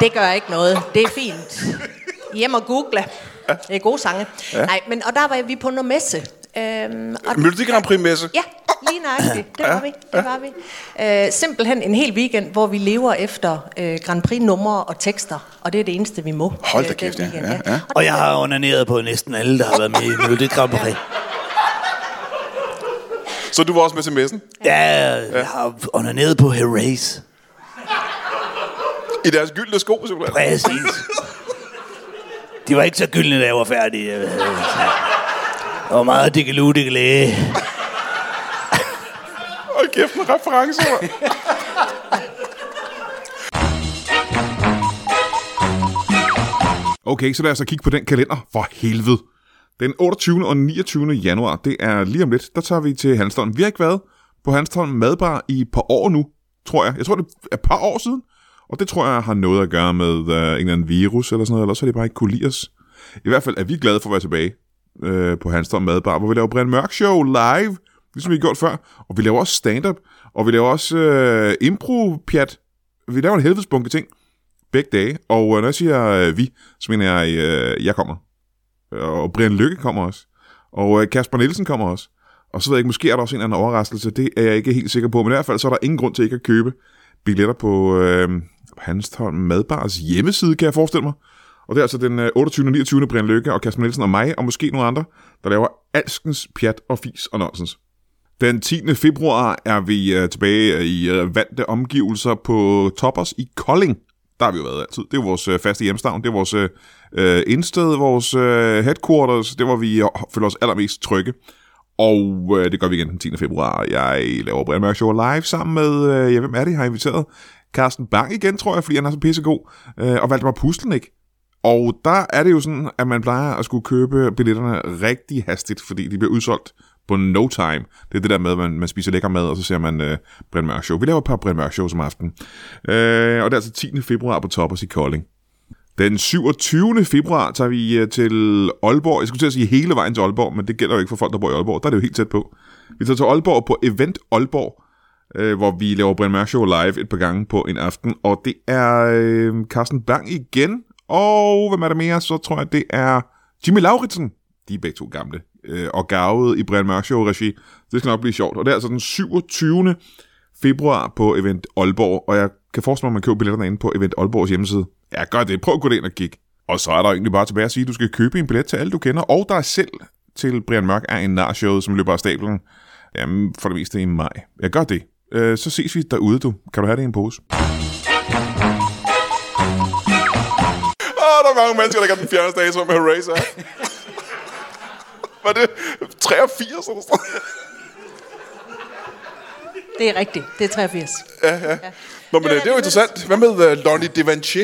[SPEAKER 3] det gør ikke noget. Det er fint. Hjem og google. Ja. Det er gode sange. Ja. Nej, men, og der var vi på noget messe. Øhm, og
[SPEAKER 4] Melodi Grand Prix-messe?
[SPEAKER 3] Ja, lige nøjagtigt. Det var vi. Det var vi. Øh, simpelthen en hel weekend, hvor vi lever efter øh, Grand Prix-numre og tekster. Og det er det eneste, vi må.
[SPEAKER 4] Hold da
[SPEAKER 3] øh, den
[SPEAKER 4] kæft, ja.
[SPEAKER 3] weekend,
[SPEAKER 4] Ja, ja.
[SPEAKER 2] Og jeg har onaneret på næsten alle, der har været med i Melodi Grand Prix.
[SPEAKER 4] Så du var også med til messen?
[SPEAKER 2] Ja, jeg har onaneret på Herace.
[SPEAKER 4] I deres gyldne sko, simpelthen?
[SPEAKER 2] Præcis. De var ikke så gyldne, da jeg var færdig. Jeg ved- Der var meget dikkelu, dikkelæge.
[SPEAKER 4] Hold kæft, en reference. mand.
[SPEAKER 1] Okay, så lad os da kigge på den kalender for helvede. Den 28. og 29. januar, det er lige om lidt, der tager vi til Hanstholm. Vi har ikke været på Hanstholm Madbar i et par år nu, tror jeg. Jeg tror, det er et par år siden, og det tror jeg har noget at gøre med uh, en eller anden virus eller sådan noget, eller så er det bare ikke kunne lide os. I hvert fald er vi glade for at være tilbage øh, på Hanstholm Madbar, hvor vi laver Brian Mørk Show live, ligesom vi har gjort før, og vi laver også stand-up, og vi laver også øh, impro-pjat. Vi laver en helvedes bunke ting begge dage. Og øh, når jeg siger øh, vi, så mener jeg, øh, jeg kommer. Øh, Og Brian Lykke kommer også. Og øh, Kasper Nielsen kommer også. Og så ved jeg ikke, måske er der også en eller anden overraskelse. Det er jeg ikke helt sikker på. Men i hvert fald så er der ingen grund til ikke at købe billetter på øh, Hanstholm Madbars hjemmeside, kan jeg forestille mig. Og det er altså den øh, 28. og 29. Brian Lykke og Kasper Nielsen og mig, og måske nogle andre, der laver alskens pjat og fis og nonsens. Den 10. februar er vi øh, tilbage øh, i øh, vante omgivelser på Toppers i Kolding. Der har vi jo været altid. Det er jo vores øh, faste hjemstavn. Det er vores øh, øh, indsted, vores øh, headquarters. Det var vi øh, føler os allermest trygge. Og øh, det gør vi igen den 10. februar. Jeg laver Brian Mørk Show live sammen med, øh, ja, hvem er det, jeg har inviteret? Carsten Bang igen, tror jeg, fordi han er så pissegod. Øh, og Valdemar Puslenik. Og der er det jo sådan, at man plejer at skulle købe billetterne rigtig hastigt, fordi de bliver udsolgt på no time. Det er det der med, at man, man spiser lækker mad, og så ser man øh, Brian Mørk Show. Vi laver et par Brian Mørk Shows om aftenen. Øh, og det er altså 10. februar på Toppers i Kolding. Den 27. februar tager vi øh, til Aalborg. Jeg skulle til at sige hele vejen til Aalborg, men det gælder jo ikke for folk, der bor i Aalborg. Der er det jo helt tæt på. Vi tager til Aalborg på Event Aalborg, øh, hvor vi laver Brian Mørk Show live et par gange på en aften. Og det er øh, Carsten Bang igen. Og hvem er der mere? Så tror jeg, det er Jimmy Lauritsen. De er begge to gamle øh, og gavede i Brian Mørk Show regi. Det skal nok blive sjovt. Og det er altså den 27.
[SPEAKER 5] februar på Event Aalborg, og jeg kan forestille mig, at man køber billetterne inde på Event Aalborgs hjemmeside. Ja, gør det. Prøv at gå derind og kig. Og så er der jo egentlig bare tilbage at sige, at du skal købe en billet til alle, du kender, og dig selv til Brian Mørk er en narshowet, som løber af stablen. Jamen, for det meste i maj. Jeg gør det. Øh, så ses vi derude, du. Kan du have det i en pose?
[SPEAKER 1] Åh, oh, der er mange mennesker, der kan den fjerde dato med Eraser. Var det 83 eller sådan noget?
[SPEAKER 3] Det er rigtigt. Det er 83.
[SPEAKER 1] Nå, men øh, det er jo interessant. Hvad med øh, Lonnie Devanché?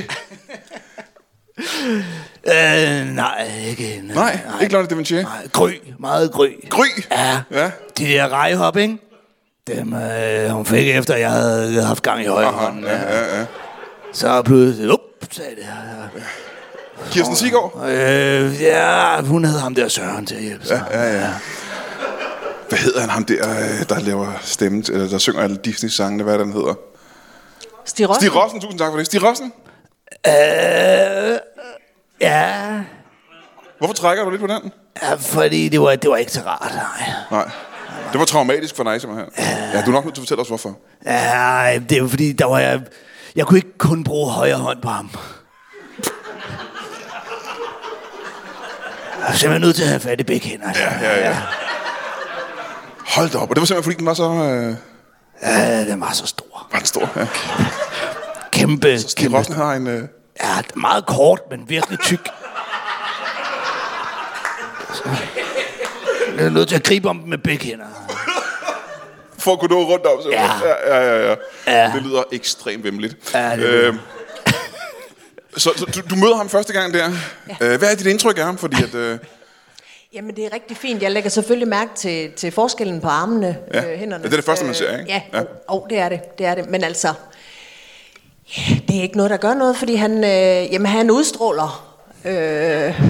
[SPEAKER 2] Øh, nej, ikke.
[SPEAKER 1] Nej, ikke Lonnie Devanché.
[SPEAKER 2] Nej, gry. Meget gry.
[SPEAKER 1] Gry?
[SPEAKER 2] Ja.
[SPEAKER 1] Ja.
[SPEAKER 2] De der rejhop, ikke? Dem, øh, hun fik efter, jeg havde haft gang i højre hånden. Ja, ja, ja. Så pludselig, up, sagde det.
[SPEAKER 1] Kirsten Sigård?
[SPEAKER 2] Øh, ja, hun havde ham der Søren til at hjælpe sig. Ja, ja, ja.
[SPEAKER 1] Hvad hedder han ham der, øh, der laver stemmen, til- eller der synger alle Disney-sangene? Hvad er det, han hedder?
[SPEAKER 3] Stig Rossen.
[SPEAKER 1] Stig Rossen, tusind tak for det. Stig Rossen,
[SPEAKER 2] Øh, ja,
[SPEAKER 1] hvorfor trækker du lidt på den?
[SPEAKER 2] ja, fordi det var, det var ikke så rart, nej.
[SPEAKER 1] Nej. Det var traumatisk for dig, simpelthen. Ja, du er nok nødt til at fortælle os, hvorfor.
[SPEAKER 2] Ja, det er jo fordi, der var jeg... Jeg kunne ikke kun bruge højre hånd på ham. Jeg er simpelthen nødt til at have fat i begge hænder. altså.
[SPEAKER 1] Ja, ja, ja. Hold da op. Og det var simpelthen, fordi den var så... Øh,
[SPEAKER 2] ja den var så stor.
[SPEAKER 1] var den stor, ja.
[SPEAKER 2] Kæmpe,
[SPEAKER 1] Stig
[SPEAKER 2] kæmpe.
[SPEAKER 1] Rossen har en... Øh,
[SPEAKER 2] Ja, meget kort, men virkelig tyk. Jeg er nødt til at gribe om dem med begge hænder.
[SPEAKER 1] for at kunne nå rundt om, simpelthen.
[SPEAKER 2] Ja.
[SPEAKER 1] Ja, ja, ja. ja.
[SPEAKER 2] Ja.
[SPEAKER 1] Det lyder ekstremt vemmeligt.
[SPEAKER 2] Ja, det
[SPEAKER 1] øh, så, så du, du møder ham første gang der. Ja. Øh, hvad er dit indtryk af ham? Fordi at... Øh,
[SPEAKER 3] Jamen, det er rigtig fint. Jeg lægger selvfølgelig mærke til, til forskellen på armene,
[SPEAKER 1] Ja.
[SPEAKER 3] ja. øh, hænderne.
[SPEAKER 1] Ja, det er det første, man
[SPEAKER 3] Øh,
[SPEAKER 1] ser, ikke?
[SPEAKER 3] Ja,
[SPEAKER 1] Ja.
[SPEAKER 3] ja. Og, det er det. Det er det. Men altså, ja, det er ikke noget, der gør noget, fordi han, øh, jamen, han udstråler, øh,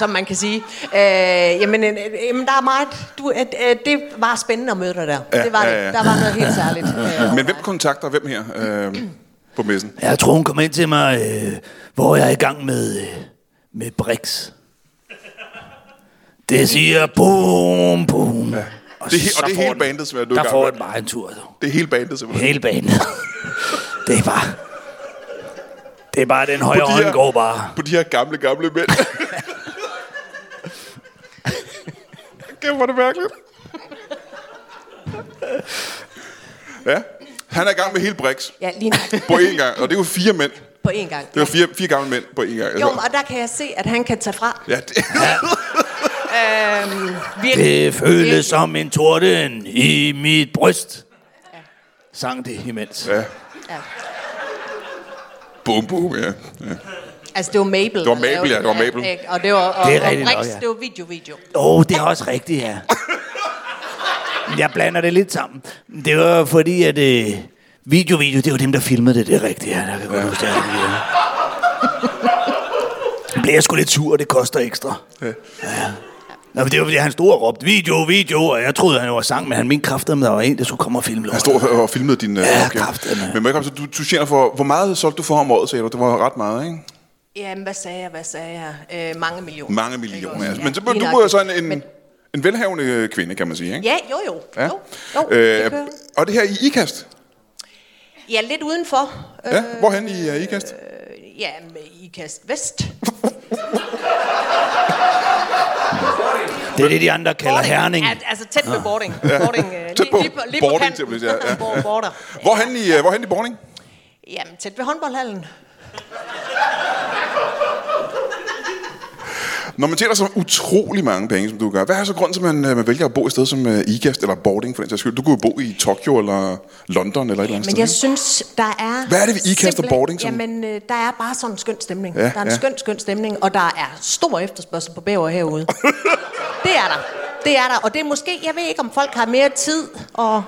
[SPEAKER 3] som man kan sige. Øh, jamen, øh, jamen, der er meget... Du, øh, øh, det var spændende at møde dig der.
[SPEAKER 1] Ja,
[SPEAKER 3] det var
[SPEAKER 1] ja, ja.
[SPEAKER 3] det. Der var noget helt særligt. Øh,
[SPEAKER 1] men hvem kontakter hvem her øh, på messen?
[SPEAKER 2] Jeg tror, hun kom ind til mig, øh, hvor jeg er i gang med, øh, med Brix. Det siger boom, boom. Ja.
[SPEAKER 1] Det er he- og det er hele bandet, som jeg er i
[SPEAKER 2] Der
[SPEAKER 1] gang
[SPEAKER 2] får
[SPEAKER 1] med.
[SPEAKER 2] en meget en tur. Du.
[SPEAKER 1] Det er hele bandet, simpelthen.
[SPEAKER 2] Hele bandet. det er bare... Det er bare, den højre
[SPEAKER 1] de her-
[SPEAKER 2] hånd går bare.
[SPEAKER 1] På de her gamle, gamle mænd. Kæft, hvor er det mærkeligt. Ja, han er i gang med hele Brix
[SPEAKER 3] ja, lige nøjagtigt.
[SPEAKER 1] på én gang. Og det er jo fire mænd.
[SPEAKER 3] på én gang.
[SPEAKER 1] Det var fire, fire gamle mænd på én gang. altså.
[SPEAKER 3] Jo, og der kan jeg se, at han kan tage fra.
[SPEAKER 1] Ja, det, Øhm,
[SPEAKER 3] Virkelig.
[SPEAKER 2] Det føles som en torden i mit bryst. Sang det imens.
[SPEAKER 1] ja.
[SPEAKER 3] Ja.
[SPEAKER 1] Bum, bum, ja. ja.
[SPEAKER 3] Altså, det var Mabel.
[SPEAKER 1] var Mabel, ja, det var Mabel.
[SPEAKER 3] Og det var, og,
[SPEAKER 2] Det er
[SPEAKER 3] det er og
[SPEAKER 2] rigtigt nok,
[SPEAKER 3] Brix,
[SPEAKER 2] ja.
[SPEAKER 3] det var video, video.
[SPEAKER 2] Åh, oh, det er også rigtigt, ja. Jeg blander det lidt sammen. Det var fordi, at øh, video, video, det var dem, der filmede det, det er rigtigt, ja. Der kan jeg godt huske, det er ja. Blev jeg sgu lidt sur, det koster ekstra. Ja. ja. Nå, men det var, fordi han stod og råbte, video, video, og jeg troede, han var sang, men han mente kraftedeme, der var en, der skulle komme og filme
[SPEAKER 1] Han
[SPEAKER 2] lort.
[SPEAKER 1] stod og- og filmede din uh,
[SPEAKER 2] Ja, kraftedeme.
[SPEAKER 1] Men må jeg komme, så du, du tjener for... Hvor meget solgte du for om året, sagde du? Det var ret meget, ikke?
[SPEAKER 3] Jamen, hvad sagde jeg, hvad sagde jeg? Øh, mange millioner.
[SPEAKER 1] Mange
[SPEAKER 3] Ikke
[SPEAKER 1] millioner.
[SPEAKER 3] også?
[SPEAKER 1] Altså. Men så, må-
[SPEAKER 3] lige
[SPEAKER 1] du må jo
[SPEAKER 3] nøjagtigt.
[SPEAKER 1] sådan en,
[SPEAKER 3] Men,
[SPEAKER 1] en velhavende øh, kvinde, kan man sige, ikke?
[SPEAKER 3] ja, jo, jo. Ja, jo, jo det kører.
[SPEAKER 1] øh, og det her i IKAST?
[SPEAKER 3] ja lidt udenfor. Øh,
[SPEAKER 1] Ja, hvorhen i uh, IKAST?
[SPEAKER 3] ja, med Ikast Vest.
[SPEAKER 2] Det er det, de andre kalder herning.
[SPEAKER 3] Ja, altså, tæt ved boarding. boarding øh,
[SPEAKER 1] Tæt på
[SPEAKER 3] lige, lige, lige
[SPEAKER 1] boarding,
[SPEAKER 3] på kanten.
[SPEAKER 1] simpelthen, ja, ja.
[SPEAKER 3] Hvor- border.
[SPEAKER 1] Hvorhen i, uh, hvorhen i Borning?
[SPEAKER 3] Jamen, tæt ved håndboldhallen.
[SPEAKER 1] Når man tjener så utrolig mange penge, som du gør, hvad er så grunden til, at man, øh, man vælger at bo et sted som uh, IKAST eller Boarding for den sags skyld? Du kunne jo bo i Tokyo eller London eller et eller andet
[SPEAKER 3] Men
[SPEAKER 1] sted.
[SPEAKER 3] jeg
[SPEAKER 1] ikke?
[SPEAKER 3] synes, der er...
[SPEAKER 1] Hvad er det ved Ikast og
[SPEAKER 3] simpelthen-
[SPEAKER 1] Bording, som-
[SPEAKER 3] Jamen, øh, der er bare sådan en skøn stemning.
[SPEAKER 1] Ja,
[SPEAKER 3] Ja, der er en
[SPEAKER 1] ja.
[SPEAKER 3] ja. skøn, skøn stemning, og der er stor efterspørgsel på bæver herude. det er der. Det er der, og det er måske... Jeg ved ikke, om folk har mere tid, og,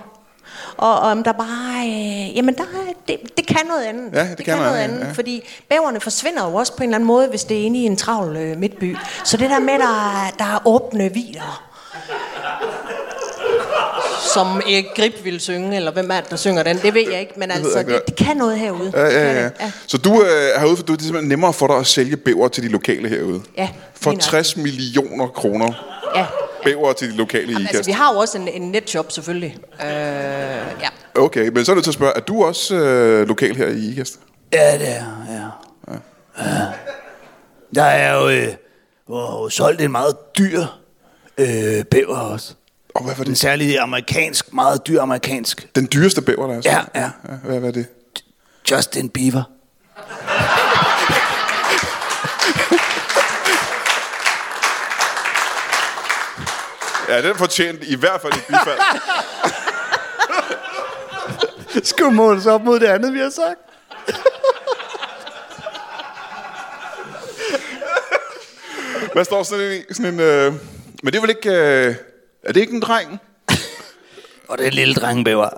[SPEAKER 3] og om der bare... Øh, jamen, der er, det, det kan noget andet.
[SPEAKER 1] Ja, det kan noget andet, ja.
[SPEAKER 3] Fordi bæverne forsvinder jo også på en eller anden måde, hvis det er inde i en travl øh, midtby. Så det der med, der, er- der er åbne hviler, som Erik Grip ville synge, eller hvem er det, der synger den, det ved jeg ikke, men
[SPEAKER 1] ved jeg
[SPEAKER 3] altså,
[SPEAKER 1] ikke,
[SPEAKER 3] det,
[SPEAKER 1] hvad-
[SPEAKER 3] det kan noget herude.
[SPEAKER 1] Ja,
[SPEAKER 3] Det
[SPEAKER 1] ja,
[SPEAKER 3] kan
[SPEAKER 1] ja.
[SPEAKER 3] det. ja.
[SPEAKER 1] Så du øh, herude, for du, det er simpelthen nemmere for dig at sælge bæver til de lokale herude.
[SPEAKER 3] Ja,
[SPEAKER 1] For
[SPEAKER 3] lige nøjagtigt.
[SPEAKER 1] 60 millioner kroner.
[SPEAKER 3] ja.
[SPEAKER 1] bæver til de lokale ikast.
[SPEAKER 3] Altså, vi har jo også en, en netshop, selvfølgelig. Øh, ja.
[SPEAKER 1] Okay, men så er det til at spørge, er du også øh, lokal her i Ikast?
[SPEAKER 2] Ja, det er ja. ja. Der er jo øh, wow, solgt en meget dyr øh, bæver også.
[SPEAKER 1] Og hvad var
[SPEAKER 2] En
[SPEAKER 1] det?
[SPEAKER 2] særlig amerikansk, meget dyr amerikansk.
[SPEAKER 1] Den dyreste bæver, der er
[SPEAKER 2] Ja,
[SPEAKER 1] solgt?
[SPEAKER 2] ja.
[SPEAKER 1] Hvad var det?
[SPEAKER 2] Justin Bieber.
[SPEAKER 1] Ja, den fortjente i hvert fald et bifald.
[SPEAKER 2] Skulle måles op mod det andet, vi har sagt.
[SPEAKER 1] Hvad står sådan en... i? Sådan en øh... Men det er vel ikke... Øh... Er det ikke en dreng?
[SPEAKER 2] Og det er lille drengebæver.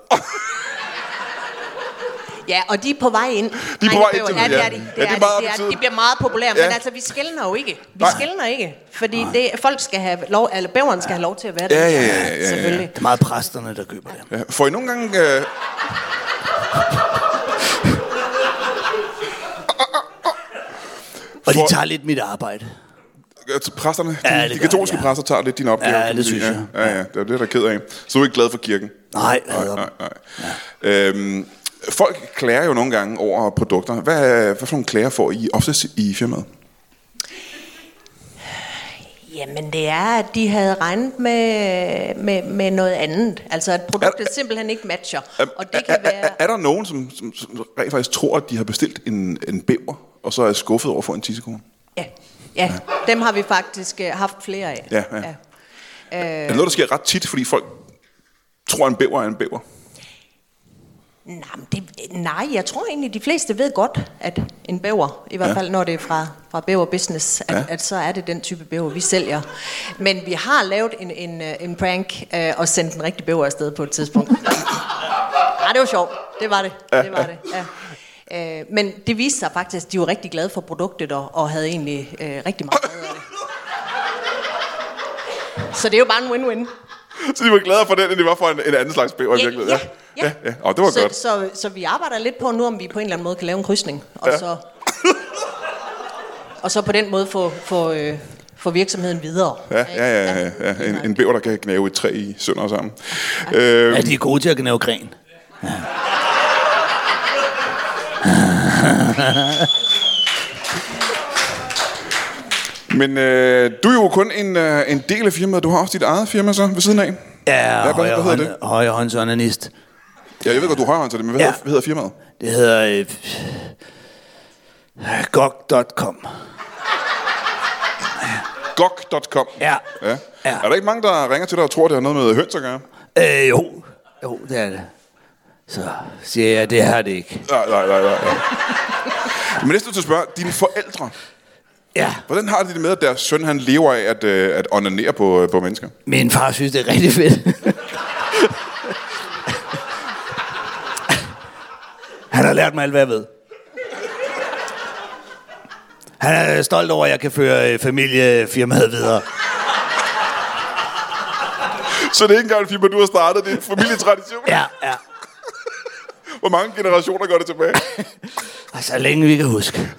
[SPEAKER 3] ja, og de er på vej ind.
[SPEAKER 1] vej
[SPEAKER 3] Ej,
[SPEAKER 1] ind
[SPEAKER 3] jo-
[SPEAKER 1] til-
[SPEAKER 3] ja, det
[SPEAKER 1] ja.
[SPEAKER 3] er
[SPEAKER 1] Ja,
[SPEAKER 3] de. Det
[SPEAKER 1] det er
[SPEAKER 3] er de.
[SPEAKER 1] meget
[SPEAKER 3] Det er-
[SPEAKER 1] betydet.
[SPEAKER 3] De bliver meget populære,
[SPEAKER 1] Ja.
[SPEAKER 3] men altså, vi skældner jo ikke. Vi
[SPEAKER 1] Nej.
[SPEAKER 3] skældner ikke, fordi det, folk skal have lov, eller bæveren skal have lov til at være der.
[SPEAKER 1] Ja, ja, ja, ja, ja.
[SPEAKER 3] Selvfølgelig.
[SPEAKER 2] Det er meget præsterne, der køber det.
[SPEAKER 1] Ja. Får I nogle gange... Øh...
[SPEAKER 2] Og de
[SPEAKER 1] For-
[SPEAKER 2] tager lidt mit arbejde.
[SPEAKER 1] at Præsterne,
[SPEAKER 2] Ja,
[SPEAKER 1] de,
[SPEAKER 2] det
[SPEAKER 1] de
[SPEAKER 2] gør
[SPEAKER 1] katolske
[SPEAKER 2] de, ja.
[SPEAKER 1] præster tager lidt din opgave.
[SPEAKER 2] Ja,
[SPEAKER 1] kan man
[SPEAKER 2] det
[SPEAKER 1] sige.
[SPEAKER 2] synes jeg.
[SPEAKER 1] Ja, ja, ja, det er det, der er ked af. Så er du ikke glad for kirken?
[SPEAKER 2] Nej, jeg
[SPEAKER 1] nej,
[SPEAKER 2] hader
[SPEAKER 1] nej. nej. Ja. Øhm, folk klager jo nogle gange over produkter. Hvad, hvad for nogle klager får I oftest i firmaet?
[SPEAKER 3] Jamen, det er, at de havde regnet med, med, med noget andet. Altså, at produktet
[SPEAKER 1] Er-
[SPEAKER 3] simpelthen ikke matcher.
[SPEAKER 1] Er,
[SPEAKER 3] Og det kan
[SPEAKER 1] er, er,
[SPEAKER 3] være...
[SPEAKER 1] er der nogen, som, som, som rent faktisk tror, at de har bestilt en, en bæver, og så er skuffet over at få en tissekone?
[SPEAKER 3] Ja, ja dem har vi faktisk øh, haft flere af.
[SPEAKER 1] Ja, ja. Er det noget, der sker ret tit, fordi folk tror, at en bæver er en bæver?
[SPEAKER 3] Nej, men det, nej, jeg tror egentlig, de fleste ved godt, at en bæver, i hvert
[SPEAKER 1] Ja.
[SPEAKER 3] ja. fald når det er fra, fra bæver business, at,
[SPEAKER 1] Ja.
[SPEAKER 3] ja. at så er det den type bæver, vi sælger. Men vi har lavet en, en, øh, en prank øh, og sendt en rigtig bæver afsted på et tidspunkt. Nej, det var sjovt. Det var det. Det var det, ja. Øh, men det viste sig faktisk, at de var rigtig glade for produktet og, og havde egentlig øh, rigtig meget glæde af det. Så det er jo bare en win-win.
[SPEAKER 1] Så de var gladere for den, end de var for en, en anden slags bæver i virkeligheden? ja. ja, ja. Og det var
[SPEAKER 3] så,
[SPEAKER 1] godt.
[SPEAKER 3] Så, så vi arbejder lidt på nu, om vi på en eller anden måde kan lave en krydsning. Og,
[SPEAKER 1] Ja.
[SPEAKER 3] ja. så, og så på den måde få, få, øh, få virksomheden videre.
[SPEAKER 1] Ja, ja, ja, ja, ja. En, en bæver, der kan gnave et træ i sønder og sammen. Øh,
[SPEAKER 2] Ja, de er gode til at gnave gren.
[SPEAKER 1] men øh, du er jo kun en, øh, en del af firmaet. Du har også dit eget firma så ved siden af.
[SPEAKER 2] Ja,
[SPEAKER 1] hvad, hvad,
[SPEAKER 2] højre,
[SPEAKER 1] hvad
[SPEAKER 2] hånd,
[SPEAKER 1] hedder det?
[SPEAKER 2] højre håndsonanist.
[SPEAKER 1] Ja, jeg ved godt, du har til det, men hvad,
[SPEAKER 2] Ja.
[SPEAKER 1] ja. hedder, hvad hedder firmaet?
[SPEAKER 2] Det hedder... Øh, Gog.com.
[SPEAKER 1] Gok.com.
[SPEAKER 2] Ja.
[SPEAKER 1] ja.
[SPEAKER 2] Ja.
[SPEAKER 1] Er der ikke mange, der ringer til dig og tror, det har noget med høns at gøre?
[SPEAKER 2] Øh, jo. Jo, det er det. Så siger jeg, det har det ikke.
[SPEAKER 1] Nej, nej, nej, nej. nej. Men næste til at spørge, dine forældre,
[SPEAKER 2] Ja.
[SPEAKER 1] hvordan har de det med, at deres søn han lever af at, øh, at onanere på, øh, på mennesker?
[SPEAKER 2] Min far synes, det er rigtig fedt. Han har lært mig alt, hvad jeg ved. Han er stolt over, at jeg kan føre øh, familiefirmaet videre.
[SPEAKER 1] Så det er ikke engang et firma, du har startet, det er en familietradition.
[SPEAKER 2] Ja, ja.
[SPEAKER 1] Hvor mange generationer går det tilbage?
[SPEAKER 2] Og Altså, så længe vi kan huske.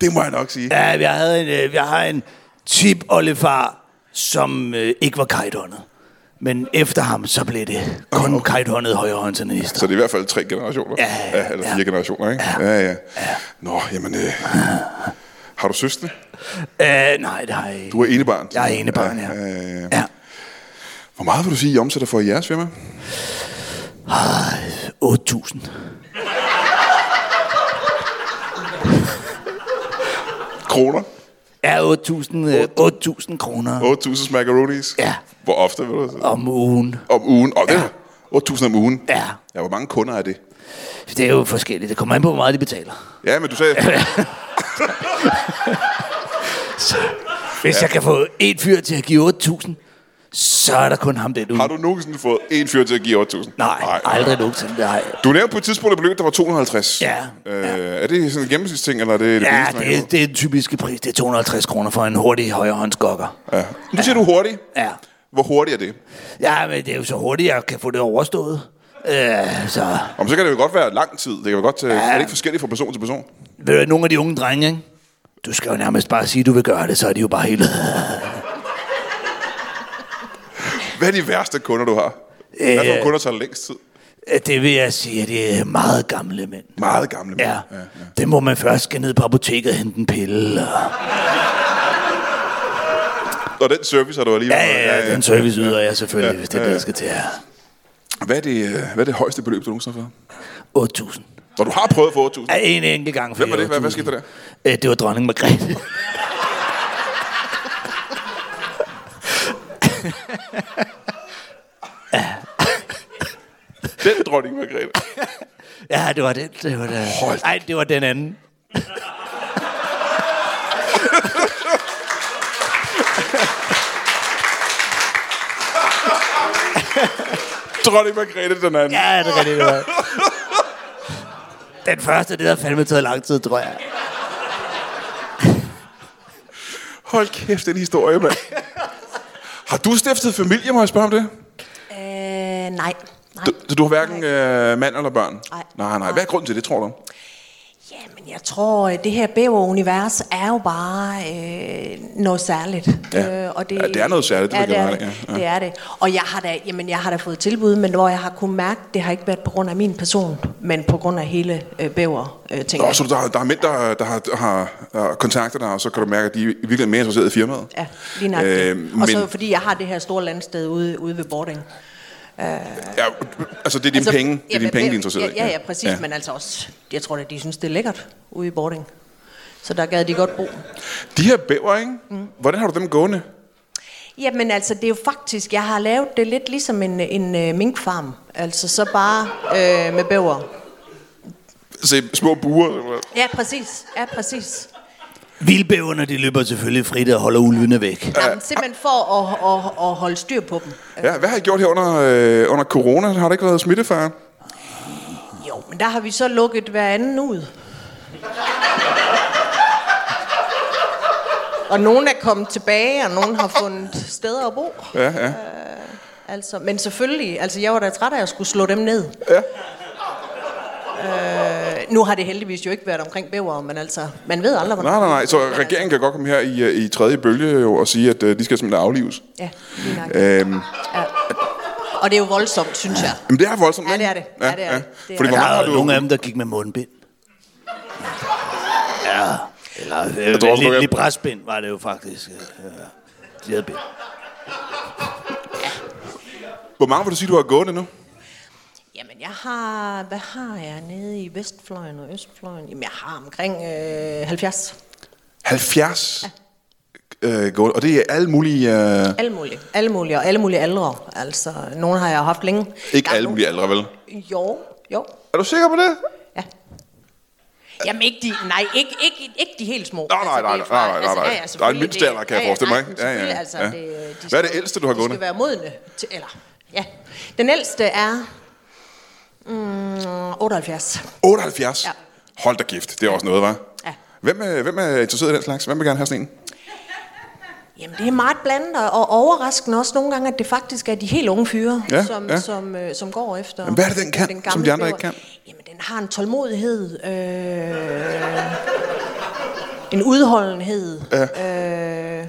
[SPEAKER 1] Det må jeg nok sige.
[SPEAKER 2] Ja, jeg, havde en, øh, jeg har en tip oldefar, som øh, ikke var kajthåndet. Men efter ham, så blev det kun okay. kajthåndet højrehåndsanister.
[SPEAKER 1] Så det er i hvert fald tre generationer.
[SPEAKER 2] Ja, ja,
[SPEAKER 1] Eller
[SPEAKER 2] ja.
[SPEAKER 1] fire generationer, ikke? Ja, ja. ja. Nå, jamen... Øh, har du søstre?
[SPEAKER 2] Øh, nej, det har jeg ikke.
[SPEAKER 1] Du er enebarn.
[SPEAKER 2] Jeg er enebarn, ja.
[SPEAKER 1] ja. ja, ja.
[SPEAKER 2] Ja.
[SPEAKER 1] Hvor meget vil du sige, I omsætter for i jeres firma?
[SPEAKER 2] 8.000.
[SPEAKER 1] Kroner?
[SPEAKER 2] Ja, 8.000 øh, 8.000 kroner
[SPEAKER 1] 8.000 macaronis?
[SPEAKER 2] Ja.
[SPEAKER 1] Hvor ofte vil du sige?
[SPEAKER 2] om ugen.
[SPEAKER 1] Om ugen? Og ja. 8.000 om ugen?
[SPEAKER 2] Ja.
[SPEAKER 1] Ja, hvor mange kunder er det?
[SPEAKER 2] Det er jo forskelligt. Det kommer an på, hvor meget de betaler.
[SPEAKER 1] Ja, men du sagde...
[SPEAKER 2] Hvis ja. jeg kan få en fyr til at give 8.000, så er der kun ham den uge.
[SPEAKER 1] har du nogensinde fået en fyr til at give 8.000?
[SPEAKER 2] Nej, nej, aldrig nogensinde. Nej.
[SPEAKER 1] Du nævnte på et tidspunkt et beløb, der var 250.
[SPEAKER 2] Ja,
[SPEAKER 1] Øh, er det sådan en gennemsnitsting, eller er det... det
[SPEAKER 2] Ja,
[SPEAKER 1] billigste, man kan
[SPEAKER 2] det, det er den typiske pris. Det er 250 kroner for en hurtig højrehåndsgokker.
[SPEAKER 1] få? Ja. Nu siger du hurtigt.
[SPEAKER 2] Ja.
[SPEAKER 1] Hvor hurtigt er det?
[SPEAKER 2] ja, men det er jo så hurtigt, jeg kan få det overstået. Øh, så
[SPEAKER 1] Om så kan det jo godt være lang tid. Det kan jo godt, ja. Er det ikke forskelligt fra person til person?
[SPEAKER 2] ved du, nogle af de unge drenge, ikke? Du skal jo nærmest bare sige, at du vil gøre det, så er de jo bare helt...
[SPEAKER 1] Hvad er de værste kunder, du har? Hvad for nogle kunder tager længst tid?
[SPEAKER 2] Øh, Det vil jeg sige, at det er meget gamle mænd.
[SPEAKER 1] Meget gamle mænd.
[SPEAKER 2] Ja. ja, ja. Det må man først skal ned på apoteket og hente en pille. Og...
[SPEAKER 1] Og den service har du alligevel.
[SPEAKER 2] Ja, ja, ja, den service yder jeg selvfølgelig, ja, hvis det er det, der skal til. ja.
[SPEAKER 1] Hvad er det, øh, hvad er det højeste beløb, du nogensinde har fået?
[SPEAKER 2] 8.000.
[SPEAKER 1] Når du har prøvet at få 8.000.
[SPEAKER 2] Ja, En enkelt gang.
[SPEAKER 1] Hvem var det? Hvad- hvad skete der
[SPEAKER 2] der? Øh, Det var dronning Margrethe.
[SPEAKER 1] Den dronning, Margrethe.
[SPEAKER 2] Ja, det var den. Det var den.
[SPEAKER 1] Hold.
[SPEAKER 2] Nej, det var den anden.
[SPEAKER 1] Dronning Margrethe, den anden.
[SPEAKER 2] Ja, det var det, det var. Den første, det har fandme taget lang tid, tror jeg.
[SPEAKER 1] Hold kæft, den historie, mand. Har du stiftet familie, må jeg spørge om det?
[SPEAKER 3] Øh, nej. nej.
[SPEAKER 1] Du, så du har hverken øh, mand eller børn?
[SPEAKER 3] Nej.
[SPEAKER 1] Nej, nej. Hvad er grunden til det, tror du?
[SPEAKER 3] Jamen, jeg tror, at det her bæverunivers er jo bare øh, noget særligt. Øh,
[SPEAKER 1] Ja. Ja, det er noget særligt, det
[SPEAKER 3] ja,
[SPEAKER 1] vil
[SPEAKER 3] det,
[SPEAKER 1] jeg
[SPEAKER 3] er,
[SPEAKER 1] gerne
[SPEAKER 3] det.
[SPEAKER 1] have, ja. Ja.
[SPEAKER 3] det er det. Og jeg har, da, jamen, jeg har da fået tilbud, men hvor jeg har kunnet mærke, det har ikke været på grund af min person, men på grund af hele øh, bæver øh, ting.
[SPEAKER 1] Nå, så der, der er mænd, der, der har, der har, har kontakter dig, og så kan du mærke, at de er virkelig mere interesserede i firmaet.
[SPEAKER 3] Ja, lige nøjagtigt.
[SPEAKER 1] Øh,
[SPEAKER 3] Øh, Og så
[SPEAKER 1] men-
[SPEAKER 3] fordi jeg har det her store landsted ude, ude ved Bording.
[SPEAKER 1] Ja, altså, det er dine altså, penge, det er dine
[SPEAKER 3] jamen,
[SPEAKER 1] penge, de er
[SPEAKER 3] hvem-
[SPEAKER 1] interesseret i.
[SPEAKER 3] ja, ja, ja, præcis. Ja. Men altså også, jeg tror da, de synes, det er lækkert ude i Bording. Så der gad de godt bo.
[SPEAKER 1] De her bæver, ikke? Mm. Hvordan har du dem gående?
[SPEAKER 3] Jamen altså, det er jo faktisk, jeg har lavet det lidt ligesom en, en øh, minkfarm. Altså så bare øh, med bæver.
[SPEAKER 1] Se, små buer. eller hvad?
[SPEAKER 3] Ja, præcis. Ja, præcis.
[SPEAKER 2] Vildbæverne, de løber selvfølgelig frit og holder ulvene væk.
[SPEAKER 1] Øh.
[SPEAKER 3] Ja. Jamen, simpelthen for at, at, at, at holde styr på dem.
[SPEAKER 1] Ja, hvad har I gjort her under, øh, under corona? Har det ikke været smittefare?
[SPEAKER 3] Jo, men der har vi så lukket hver anden ud. Og nogen er kommet tilbage, og nogen har fundet steder at bo.
[SPEAKER 1] Ja, ja.
[SPEAKER 3] Altså, men selvfølgelig, altså jeg var da træt af at skulle slå dem ned.
[SPEAKER 1] Ja.
[SPEAKER 3] Øh, nu har det heldigvis jo ikke været omkring bæver, men altså, man ved aldrig, hvornår...
[SPEAKER 1] Nej, nej, nej. Så
[SPEAKER 3] Men altså,
[SPEAKER 1] regeringen kan godt komme her i, øh, i tredje bølge jo, og sige, at øh, de skal simpelthen aflives.
[SPEAKER 3] Ja, lige nok.
[SPEAKER 1] Øhm,
[SPEAKER 3] Og det er jo voldsomt, synes jeg.
[SPEAKER 1] men det er voldsomt,
[SPEAKER 3] Ja,
[SPEAKER 1] ikke?
[SPEAKER 3] det er det. Ja, det er det. Det
[SPEAKER 1] Fordi
[SPEAKER 3] er det.
[SPEAKER 1] hvor
[SPEAKER 2] Der
[SPEAKER 1] meget har
[SPEAKER 2] var jo
[SPEAKER 1] du...
[SPEAKER 2] nogle af dem, der gik med mundbind. Ja, eller øh,
[SPEAKER 1] tror også, du
[SPEAKER 2] lidt,
[SPEAKER 1] kan-
[SPEAKER 2] lidt presbind var det jo faktisk. øh, De havde bind.
[SPEAKER 1] Hvor mange vil du sige, du har gående nu?
[SPEAKER 3] Jamen, jeg har... Hvad har jeg nede i Vestfløjen og Østfløjen? Jamen, jeg har omkring øh, 70.
[SPEAKER 1] 70 øh, gående. Og det er alle mulige... Øh,
[SPEAKER 3] Alle mulige. Alle mulige og alle mulige aldre. Altså, nogle har jeg haft længe.
[SPEAKER 1] ikke
[SPEAKER 3] Der er
[SPEAKER 1] alle mulige aldre, vel?
[SPEAKER 3] nogle- Jo, jo.
[SPEAKER 1] Er du sikker på det?
[SPEAKER 3] Ja. Jamen ikke de, nej, ikke, ikke, ikke de helt små.
[SPEAKER 1] Nej, nej,
[SPEAKER 3] det
[SPEAKER 1] nej,
[SPEAKER 3] er
[SPEAKER 1] nej, nej, nej,
[SPEAKER 3] altså,
[SPEAKER 1] nej.
[SPEAKER 3] ja, ja,
[SPEAKER 1] Der er en
[SPEAKER 3] selvfølgelig,
[SPEAKER 1] mindste alder,
[SPEAKER 3] det-
[SPEAKER 1] kan jeg
[SPEAKER 3] ja, ja,
[SPEAKER 1] forestille mig.
[SPEAKER 3] nej,
[SPEAKER 1] ikke? Ja, ja,
[SPEAKER 3] selvfølgelig,
[SPEAKER 1] ja.
[SPEAKER 3] altså, det- de
[SPEAKER 1] Hvad er det
[SPEAKER 3] skal-
[SPEAKER 1] ældste, du har
[SPEAKER 3] de
[SPEAKER 1] gående?
[SPEAKER 3] skal være modne til, eller, ja. Den ældste er mm, 78.
[SPEAKER 1] 78?
[SPEAKER 3] Ja.
[SPEAKER 1] Hold da gift, det er også noget, var.
[SPEAKER 3] Ja.
[SPEAKER 1] Hvem, er, hvem er interesseret i den slags? Hvem vil gerne have sådan en?
[SPEAKER 3] Jamen, det er meget blandet, og- og overraskende også nogle gange, at det faktisk er de helt unge fyre,
[SPEAKER 1] Ja,
[SPEAKER 3] ja, som,
[SPEAKER 1] ja.
[SPEAKER 3] ja. som, øh, som går efter.
[SPEAKER 1] Jamen, hvad er det, den kan,
[SPEAKER 3] gamle
[SPEAKER 1] som de andre ikke
[SPEAKER 3] bøger?
[SPEAKER 1] kan?
[SPEAKER 3] Jamen, den har en tålmodighed, øh, en udholdenhed. Ja. Øh,
[SPEAKER 1] Den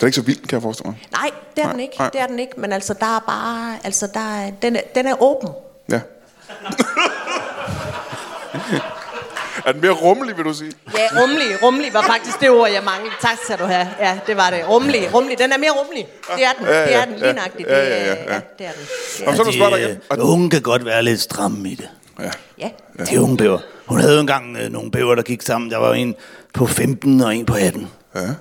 [SPEAKER 1] er ikke så vild, kan jeg forestille mig.
[SPEAKER 3] Nej, det er
[SPEAKER 1] Nej,
[SPEAKER 3] den ikke.
[SPEAKER 1] nej.
[SPEAKER 3] Det er den ikke, men altså der er bare altså der er, den er, den er åben.
[SPEAKER 1] Ja. er den mere rummelig, vil du sige?
[SPEAKER 3] Ja, rummelig. Rummelig var faktisk det ord jeg manglede. Tak skal du have. Ja, det var det. Rummelig. Rummelig. Den er mere rummelig. Det er den.
[SPEAKER 1] Ja, ja,
[SPEAKER 3] Det er den
[SPEAKER 1] ja,
[SPEAKER 3] lige nøjagtigt.
[SPEAKER 1] ja,
[SPEAKER 3] Det er-
[SPEAKER 1] ja, ja, ja.
[SPEAKER 3] det er den. Det
[SPEAKER 1] Om
[SPEAKER 3] er
[SPEAKER 1] så
[SPEAKER 3] den.
[SPEAKER 1] vil jeg spørge dig igen.
[SPEAKER 2] De, øh,
[SPEAKER 1] Og-
[SPEAKER 2] unge kan godt være lidt stramme i det.
[SPEAKER 1] Ja.
[SPEAKER 3] Ja.
[SPEAKER 2] De unge bæver. Hun havde jo engang øh, nogle bæver, der gik sammen. Der var en på 15 og en på 18. Ja. ja.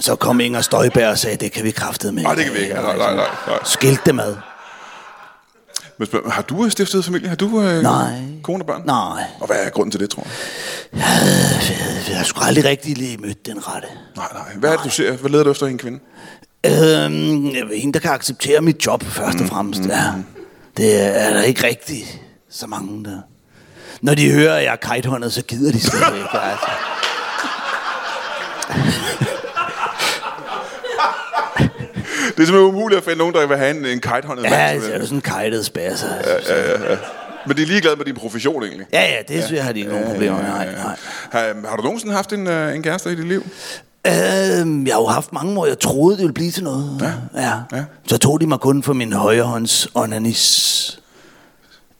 [SPEAKER 2] Så kom Inger Støjberg og sagde, det kan vi kraftede med.
[SPEAKER 1] Nej, det kan vi ikke. Nej, nej, nej. nej.
[SPEAKER 2] Skilt altså, dem ad.
[SPEAKER 1] Men spørg, har du øh, stiftet familie? Har du øh,
[SPEAKER 2] Nej.
[SPEAKER 1] kone og børn?
[SPEAKER 2] Nej.
[SPEAKER 1] Og hvad er grunden til det, tror jeg?
[SPEAKER 2] øh, Jeg har sgu aldrig rigtig lige mødt den rette.
[SPEAKER 1] Nej, nej. Hvad er det, du ser? Hvad leder du efter i en kvinde?
[SPEAKER 2] Øhm, jeg vil en, der kan acceptere mit job, først og fremmest. Ja. Det er der ikke rigtigt så mange, der... Når de hører, at jeg er kitehåndet, så gider de slet ikke. Altså.
[SPEAKER 1] Det er simpelthen umuligt at finde nogen, der vil have en, en kitehåndet
[SPEAKER 2] Ja,
[SPEAKER 1] mand.
[SPEAKER 2] altså, jeg er jo
[SPEAKER 1] simpelthen.
[SPEAKER 2] sådan en altså. kitet spasser.
[SPEAKER 1] Men de er ligeglade med din profession, egentlig. øhm,
[SPEAKER 2] Ja, ja, det synes jeg har de ikke nogen problemer med. Nej, nej.
[SPEAKER 1] Har, har du nogensinde haft en, øh, en øh, kæreste i dit liv?
[SPEAKER 2] Øhm, jeg har jo haft mange, hvor jeg troede, det ville blive til noget. Ja. ja. ja. Så tog de mig kun for min højrehånds onanis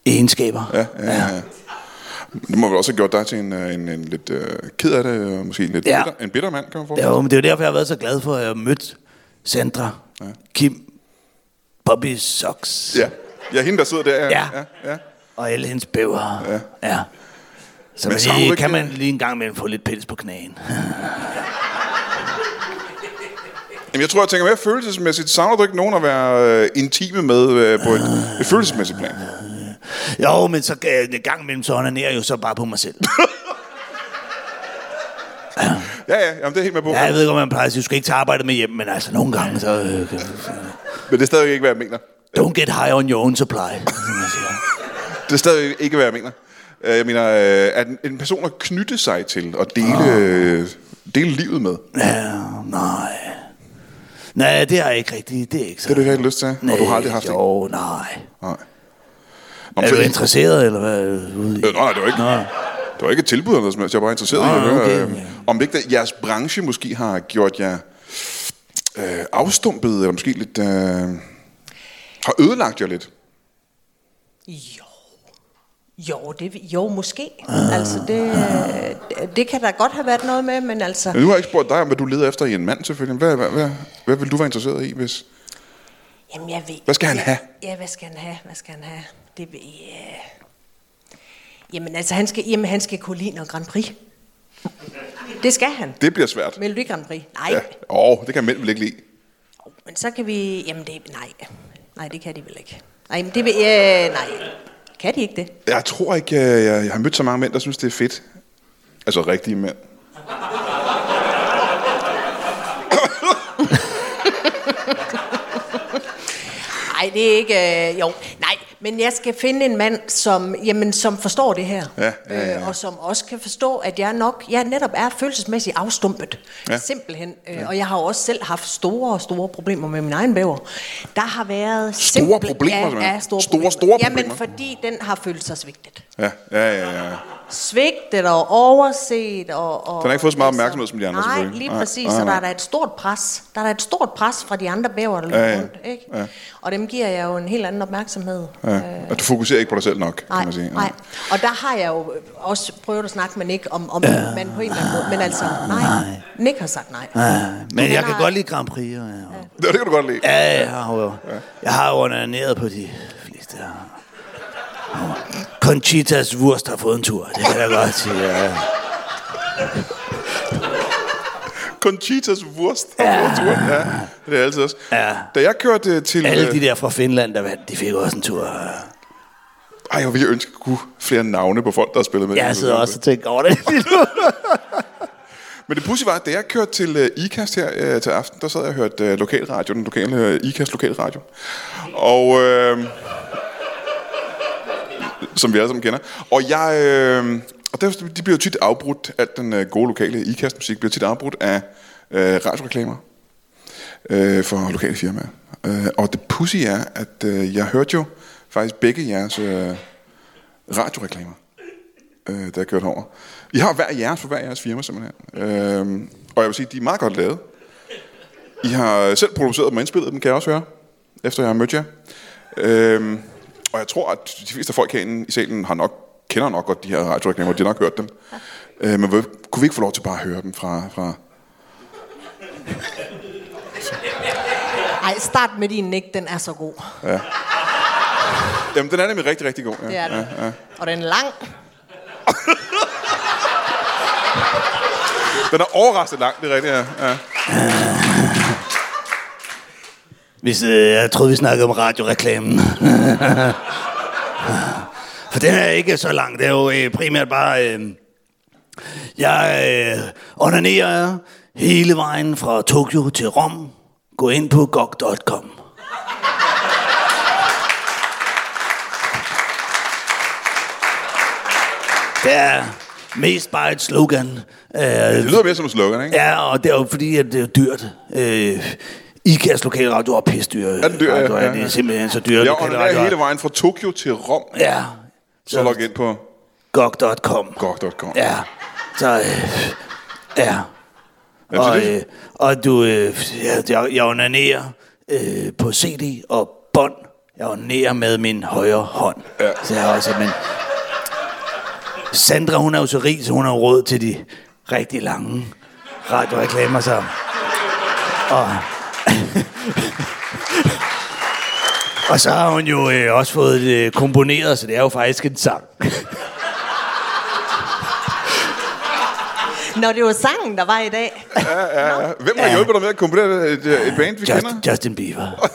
[SPEAKER 2] egenskaber.
[SPEAKER 1] Ja, ja, ja. ja. Øh, Det må vel også have gjort dig til en, øh, en, en lidt øh, ked af det, øh, måske en lidt
[SPEAKER 2] Ja.
[SPEAKER 1] bitter, en bitter mand, kan man få.
[SPEAKER 2] Det er jo, men det er jo derfor, jeg har været så glad for, at jeg mødte Sandra, ja. Kim, Bobby Socks
[SPEAKER 1] ja. Ja, hende der sidder der. Ja.
[SPEAKER 2] Ja.
[SPEAKER 1] ja, ja.
[SPEAKER 2] og alle hendes bæver. Ja. ja. Så
[SPEAKER 1] Men
[SPEAKER 2] man
[SPEAKER 1] savner du
[SPEAKER 2] lige,
[SPEAKER 1] ikke
[SPEAKER 2] kan man
[SPEAKER 1] det?
[SPEAKER 2] lige en gang imellem få lidt pels på knæen.
[SPEAKER 1] Jamen, jeg tror, jeg tænker mere følelsesmæssigt. Savner du ikke nogen at være øh, intime med øh, på et, et følelsesmæssigt plan?
[SPEAKER 2] Jo, men så øh, en gang imellem, så onanerer jeg jo så bare på mig selv.
[SPEAKER 1] Ja, ja, jamen, det er helt med på.
[SPEAKER 2] Ja, jeg ved godt, man plejer at sige, du skal ikke tage arbejdet med hjem, men altså nogle gange, så... Øh, kan-
[SPEAKER 1] Men det er stadigvæk ikke, hvad jeg mener.
[SPEAKER 2] don't get high on your own supply. som man siger.
[SPEAKER 1] Det er stadigvæk ikke, hvad jeg mener. Øh, Jeg mener, øh, at en- en person at knytte sig til og dele,
[SPEAKER 2] Ah.
[SPEAKER 1] øh, dele livet med. Det
[SPEAKER 2] ja, nej. Nej, det har jeg ikke rigtigt. Det er ikke så.
[SPEAKER 1] har du ikke rigtig lyst til, og du har aldrig haft det.
[SPEAKER 2] Jo, nej.
[SPEAKER 1] Nej. Nå, men
[SPEAKER 2] Er
[SPEAKER 1] så-
[SPEAKER 2] du interesseret, eller hvad? Ude
[SPEAKER 1] Øh,
[SPEAKER 2] i-
[SPEAKER 1] nej, nej, det var ikke,
[SPEAKER 2] Nå.
[SPEAKER 1] det var ikke et tilbud eller noget som helst. Jeg var bare interesseret i
[SPEAKER 2] Nå,
[SPEAKER 1] at høre,
[SPEAKER 2] okay,
[SPEAKER 1] øh,
[SPEAKER 2] ja.
[SPEAKER 1] om ikke det, jeres branche måske har gjort jer øh, afstumpet, eller måske lidt... Øh, har ødelagt jer lidt.
[SPEAKER 3] Jo. Jo, det, jo måske. Altså, det, øh, det kan der godt have været noget med, men altså...
[SPEAKER 1] Men nu har jeg ikke spurgt dig om, hvad du leder efter i en mand, selvfølgelig. Hvad, hvad, hvad, hvad vil du være interesseret i, hvis...
[SPEAKER 3] Jamen, jeg ved...
[SPEAKER 1] Hvad skal han have?
[SPEAKER 3] Ja, hvad skal han have? Hvad skal han have? Det, ved- ja. Jamen, altså, han skal, jamen, han skal kunne lide noget Grand Prix. Det skal han.
[SPEAKER 1] Det bliver svært.
[SPEAKER 3] Melodi Grand Prix. Nej.
[SPEAKER 1] Ja.
[SPEAKER 3] Ja.
[SPEAKER 1] Åh, det kan mænd vel ikke lide.
[SPEAKER 3] Men så kan vi... Jamen, det... Nej. Nej, det kan de vel ikke. Nej, men det vil... Øh, nej. Kan de ikke det?
[SPEAKER 1] Jeg tror ikke, jeg, jeg, jeg har mødt så mange mænd, der synes, det er fedt. Altså rigtige mænd.
[SPEAKER 3] Nej, det er ikke... Øh, jo, nej, men jeg skal finde en mand, som, jamen, som forstår det her.
[SPEAKER 1] Ja, ja, ja, ja.
[SPEAKER 3] Øh, og som også kan forstå, at jeg nok jeg netop er følelsesmæssigt afstumpet.
[SPEAKER 1] Ja.
[SPEAKER 3] Ja. Simpelthen. Øh, Og jeg har jo også selv haft store, store problemer med min egen bæver. Der har været...
[SPEAKER 1] Store problemer,
[SPEAKER 3] Ja,
[SPEAKER 1] simpelthen?
[SPEAKER 3] ja, store,
[SPEAKER 1] Store, store problemer?
[SPEAKER 3] Jamen, fordi den har følt sig svigtet.
[SPEAKER 1] Ja, ja, ja. ja.
[SPEAKER 3] Svigtet og overset. Og, og,
[SPEAKER 1] Den har ikke fået så meget
[SPEAKER 3] altså,
[SPEAKER 1] opmærksomhed som de andre,
[SPEAKER 3] Nej,
[SPEAKER 1] selvfølgelig.
[SPEAKER 3] lige
[SPEAKER 1] Nej,
[SPEAKER 3] præcis.
[SPEAKER 1] nej,
[SPEAKER 3] så der
[SPEAKER 1] nej.
[SPEAKER 3] er der et stort pres. Der er der et stort pres fra de andre bæver, der løber
[SPEAKER 1] Ja, ja.
[SPEAKER 3] rundt. Ikke?
[SPEAKER 1] Ja.
[SPEAKER 3] Og dem giver jeg jo en helt anden opmærksomhed.
[SPEAKER 1] ja. Og du fokuserer ikke på dig selv nok,
[SPEAKER 3] Nej,
[SPEAKER 1] kan man sige. Ja.
[SPEAKER 3] nej. Og der har jeg jo også prøvet at snakke med Nick om, om ja. man på en eller anden måde. Men altså, nej. Nick har sagt nej.
[SPEAKER 2] Ja, men jeg kan
[SPEAKER 3] har-
[SPEAKER 2] godt lide Grand Prix. Og, ja.
[SPEAKER 1] Det, det kan du godt lide.
[SPEAKER 2] Ja, jeg har jo, jeg har jo onaneret på de fleste. Ja. Conchitas Wurst har fået en tur, det kan jeg godt sige. Ja.
[SPEAKER 1] Conchitas wurst. Ja. ja. Det er altid også.
[SPEAKER 2] Ja.
[SPEAKER 1] Da jeg kørte øh, til...
[SPEAKER 2] Alle
[SPEAKER 1] øh,
[SPEAKER 2] de der fra Finland, der vandt, de fik også en tur. ja.
[SPEAKER 1] Ej, jeg ville ønske, at jeg kunne flere navne på folk, der har spillet med.
[SPEAKER 2] Jeg sidder også og tænker over det lige nu.
[SPEAKER 1] Men det pudsige var, at da jeg kørte til uh, IKAST her uh, til aften, der sad jeg og hørte uh, lokalradio, den lokale uh, IKAST lokalradio. Og... Uh, som vi alle sammen kender. Og jeg... Øh, og derfor, de bliver jo tit afbrudt, at den øh, gode lokale IKAST-musik bliver tit afbrudt af øh, radioreklamer øh, for lokale firmaer. Øh, og det pussy er, at øh, jeg hørte jo faktisk begge jeres øh, radioreklamer, øh, da jeg kørte over. I har hver jeres for hver jeres firma, simpelthen. Øh, og jeg vil sige, de er meget godt lavet. I har selv produceret dem og indspillet dem, kan jeg også høre, efter jeg har mødt jer. Øhm, og jeg tror, at de fleste folk herinde i salen har nok, kender nok godt de her radioreklamer, de har nok hørt dem. Øh, men hvor, kunne vi ikke få lov til bare at høre dem fra... fra
[SPEAKER 3] Ej, start med din Nick, den er så god.
[SPEAKER 1] Jamen, den er nemlig rigtig, rigtig god. Ja.
[SPEAKER 3] Det er den.
[SPEAKER 1] Ja, ja.
[SPEAKER 3] Og den er lang.
[SPEAKER 1] Den er overraskende lang, det er rigtigt, ja. ja.
[SPEAKER 2] Hvis, øh, jeg troede, vi snakkede om radioreklamen. For den er ikke så lang. Det er jo øh, primært bare... Øh, jeg øh, onanerer hele vejen fra Tokyo til Rom. Gå ind på gog.com. Det er mest bare et slogan. Øh,
[SPEAKER 1] Det lyder mere som en slogan, ikke?
[SPEAKER 2] Ja, og det er jo fordi, at det er dyrt. Øh, IKAs lokale radio er pisse dyre.
[SPEAKER 1] den dyr, ja, ja,
[SPEAKER 2] Det
[SPEAKER 1] ja.
[SPEAKER 2] er simpelthen så dyre
[SPEAKER 1] Jeg
[SPEAKER 2] lokale radioer.
[SPEAKER 1] ordner hele vejen fra Tokyo til Rom.
[SPEAKER 2] Ja.
[SPEAKER 1] Så log ind på
[SPEAKER 2] Gog.com.
[SPEAKER 1] gog.com.
[SPEAKER 2] Ja. Så, øh, ja.
[SPEAKER 1] det
[SPEAKER 2] og,
[SPEAKER 1] det?
[SPEAKER 2] øh, og du, øh, jeg, jeg, jeg onanerer øh, på CD og bånd. Jeg onanerer med min højre hånd. Ja. Så jeg har også, men Sandra, hun er jo så rig, så hun har jo råd til de rigtig lange radioreklamer, så... Og, og så har hun jo øh, også fået det øh, komponeret, så det er jo faktisk en sang.
[SPEAKER 3] Når det var sangen, der var i dag.
[SPEAKER 1] Ja, Hvem har hjulpet dig med at komponere et, øh, et band, vi
[SPEAKER 2] Just,
[SPEAKER 1] kender?
[SPEAKER 2] Justin Bieber.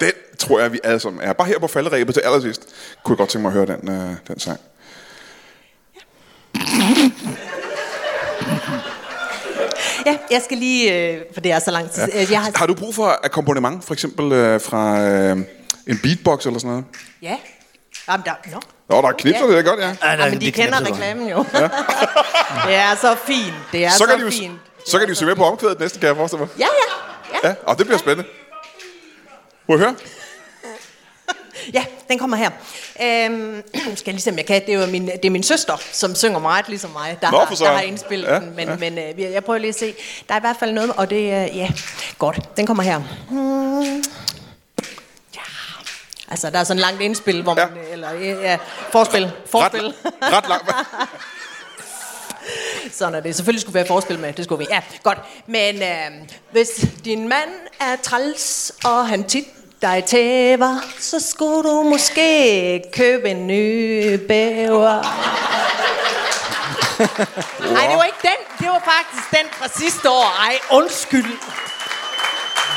[SPEAKER 1] Den tror jeg, vi alle sammen er. Bare her på falderæbet til allersidst, kunne jeg godt tænke mig at høre den, øh, den sang.
[SPEAKER 3] Ja, jeg skal lige, øh, for det er så lang tid. Ja. Jeg har,
[SPEAKER 1] Har du brug for akkompagnement, for eksempel øh, fra øh, en beatbox eller sådan noget?
[SPEAKER 3] ja. Jamen, der, no.
[SPEAKER 1] Nå, der er knipser,
[SPEAKER 3] Ja.
[SPEAKER 1] det er godt, ja.
[SPEAKER 2] Ej, der er
[SPEAKER 3] Jamen, de
[SPEAKER 2] lidt
[SPEAKER 3] kender
[SPEAKER 2] knapset godt.
[SPEAKER 3] reklamen jo. Ja. det er så fint. Det er så,
[SPEAKER 1] Så kan, de
[SPEAKER 3] fint.
[SPEAKER 1] jo,
[SPEAKER 3] Det
[SPEAKER 1] så
[SPEAKER 3] er
[SPEAKER 1] kan de jo se med på omkvædet næste, kan jeg forestille mig.
[SPEAKER 3] Ja, ja. Ja,
[SPEAKER 1] Ja, og det bliver spændende. Må jeg høre?
[SPEAKER 3] ja den kommer her. Øhm, skal jeg lige se, om jeg kan. Det er jo min, det er min søster, som synger meget ligesom mig, der,
[SPEAKER 1] Nå,
[SPEAKER 3] har,
[SPEAKER 1] for
[SPEAKER 3] der
[SPEAKER 1] søren.
[SPEAKER 3] har indspillet
[SPEAKER 1] Ja,
[SPEAKER 3] ja, den. Men, ja. men øh, jeg prøver lige at se. Der er i hvert fald noget, og det er, øh, ja, godt. Den kommer her. Hmm. Ja. Altså, der er sådan et langt indspil, hvor
[SPEAKER 1] Ja.
[SPEAKER 3] man... Ja. Eller, øh, ja, forspil. Forspil.
[SPEAKER 1] Ret, ret langt.
[SPEAKER 3] Sådan er det. Selvfølgelig skulle vi have forspil med. Det skulle vi. Ja, godt. Men øh, hvis din mand er træls, og han tit dig tæver, så skulle du måske købe en ny bæver. Nej, det var ikke den. Det var faktisk den fra sidste år. Ej, undskyld.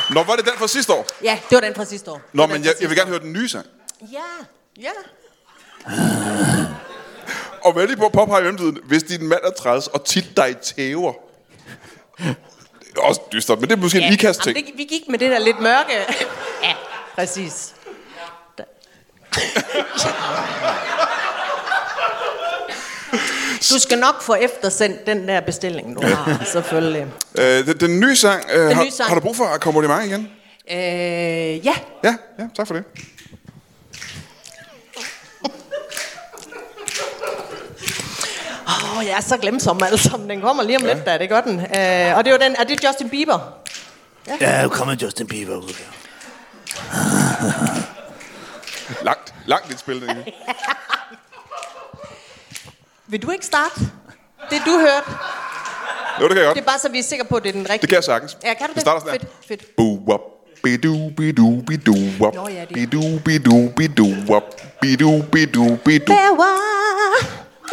[SPEAKER 1] Nå, var det den fra sidste år?
[SPEAKER 3] Ja, det var den fra sidste år.
[SPEAKER 1] Nå, men jeg, jeg vil gerne høre den nye sang.
[SPEAKER 3] Ja, ja.
[SPEAKER 1] Og vær lige på at påpege i mellemtiden, hvis din mand er træls og tit dig tæver. Det er også dystert, men det er måske
[SPEAKER 3] ja.
[SPEAKER 1] en ikast ting.
[SPEAKER 3] Jamen, det, vi gik med det der lidt mørke. ja, præcis. Du skal nok få eftersendt den der bestilling, du har, selvfølgelig.
[SPEAKER 1] Øh, den, den nye sang, øh, den har,
[SPEAKER 3] nye sang.
[SPEAKER 1] har du brug for akkompagnement igen?
[SPEAKER 3] Øh, ja,
[SPEAKER 1] Ja, ja, tak for det.
[SPEAKER 3] Åh, jeg er så glemsom alle sammen. Den kommer lige om ja. lidt, da. Det gør den. Øh, og det er jo den, er det Justin Bieber?
[SPEAKER 2] Ja, nu kommer Justin Bieber ud her.
[SPEAKER 1] Langt, langt lidt spil. Nicky.
[SPEAKER 3] Vil du ikke starte? Det du hørte,
[SPEAKER 1] Jo, det kan jeg
[SPEAKER 3] det
[SPEAKER 1] godt.
[SPEAKER 3] er bare så vi er sikre på, at det er den rigtige.
[SPEAKER 1] Det kan jeg sagtens.
[SPEAKER 3] Ja, kan
[SPEAKER 1] Vi
[SPEAKER 3] du det?
[SPEAKER 1] starter sådan her.
[SPEAKER 3] Fedt, fedt.
[SPEAKER 1] Boo-wop, bidu, bidu, bidu, wop.
[SPEAKER 3] Nå, ja, det er-
[SPEAKER 1] Bidu, bidu, bidu, wop. Bidu, bidu, bidu.
[SPEAKER 3] Bæver.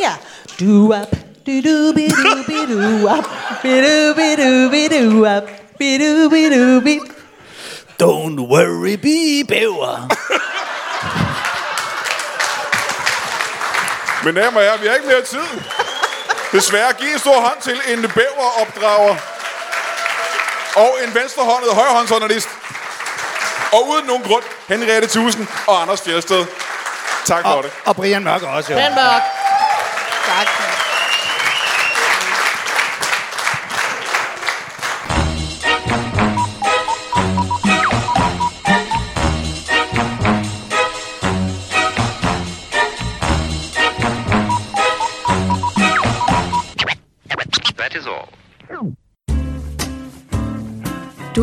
[SPEAKER 3] Ja. Du-up. Du-du-bi-du-bi-du-up. Bi-du-bi-du-bi-du-up. Bi-du-bi-du-bi.
[SPEAKER 2] Don't worry, Bieber.
[SPEAKER 1] Men damer og herrer, vi har ikke mere tid. Desværre, giv en stor hånd til en bæveropdrager. Og en venstrehåndet højrehåndsjournalist. Og uden nogen grund, Henriette Tusen og Anders Fjeldsted. Tak for det.
[SPEAKER 2] Og Brian Mørk er også, jo.
[SPEAKER 3] Den mørk. Tak.
[SPEAKER 6] That is all.
[SPEAKER 7] Du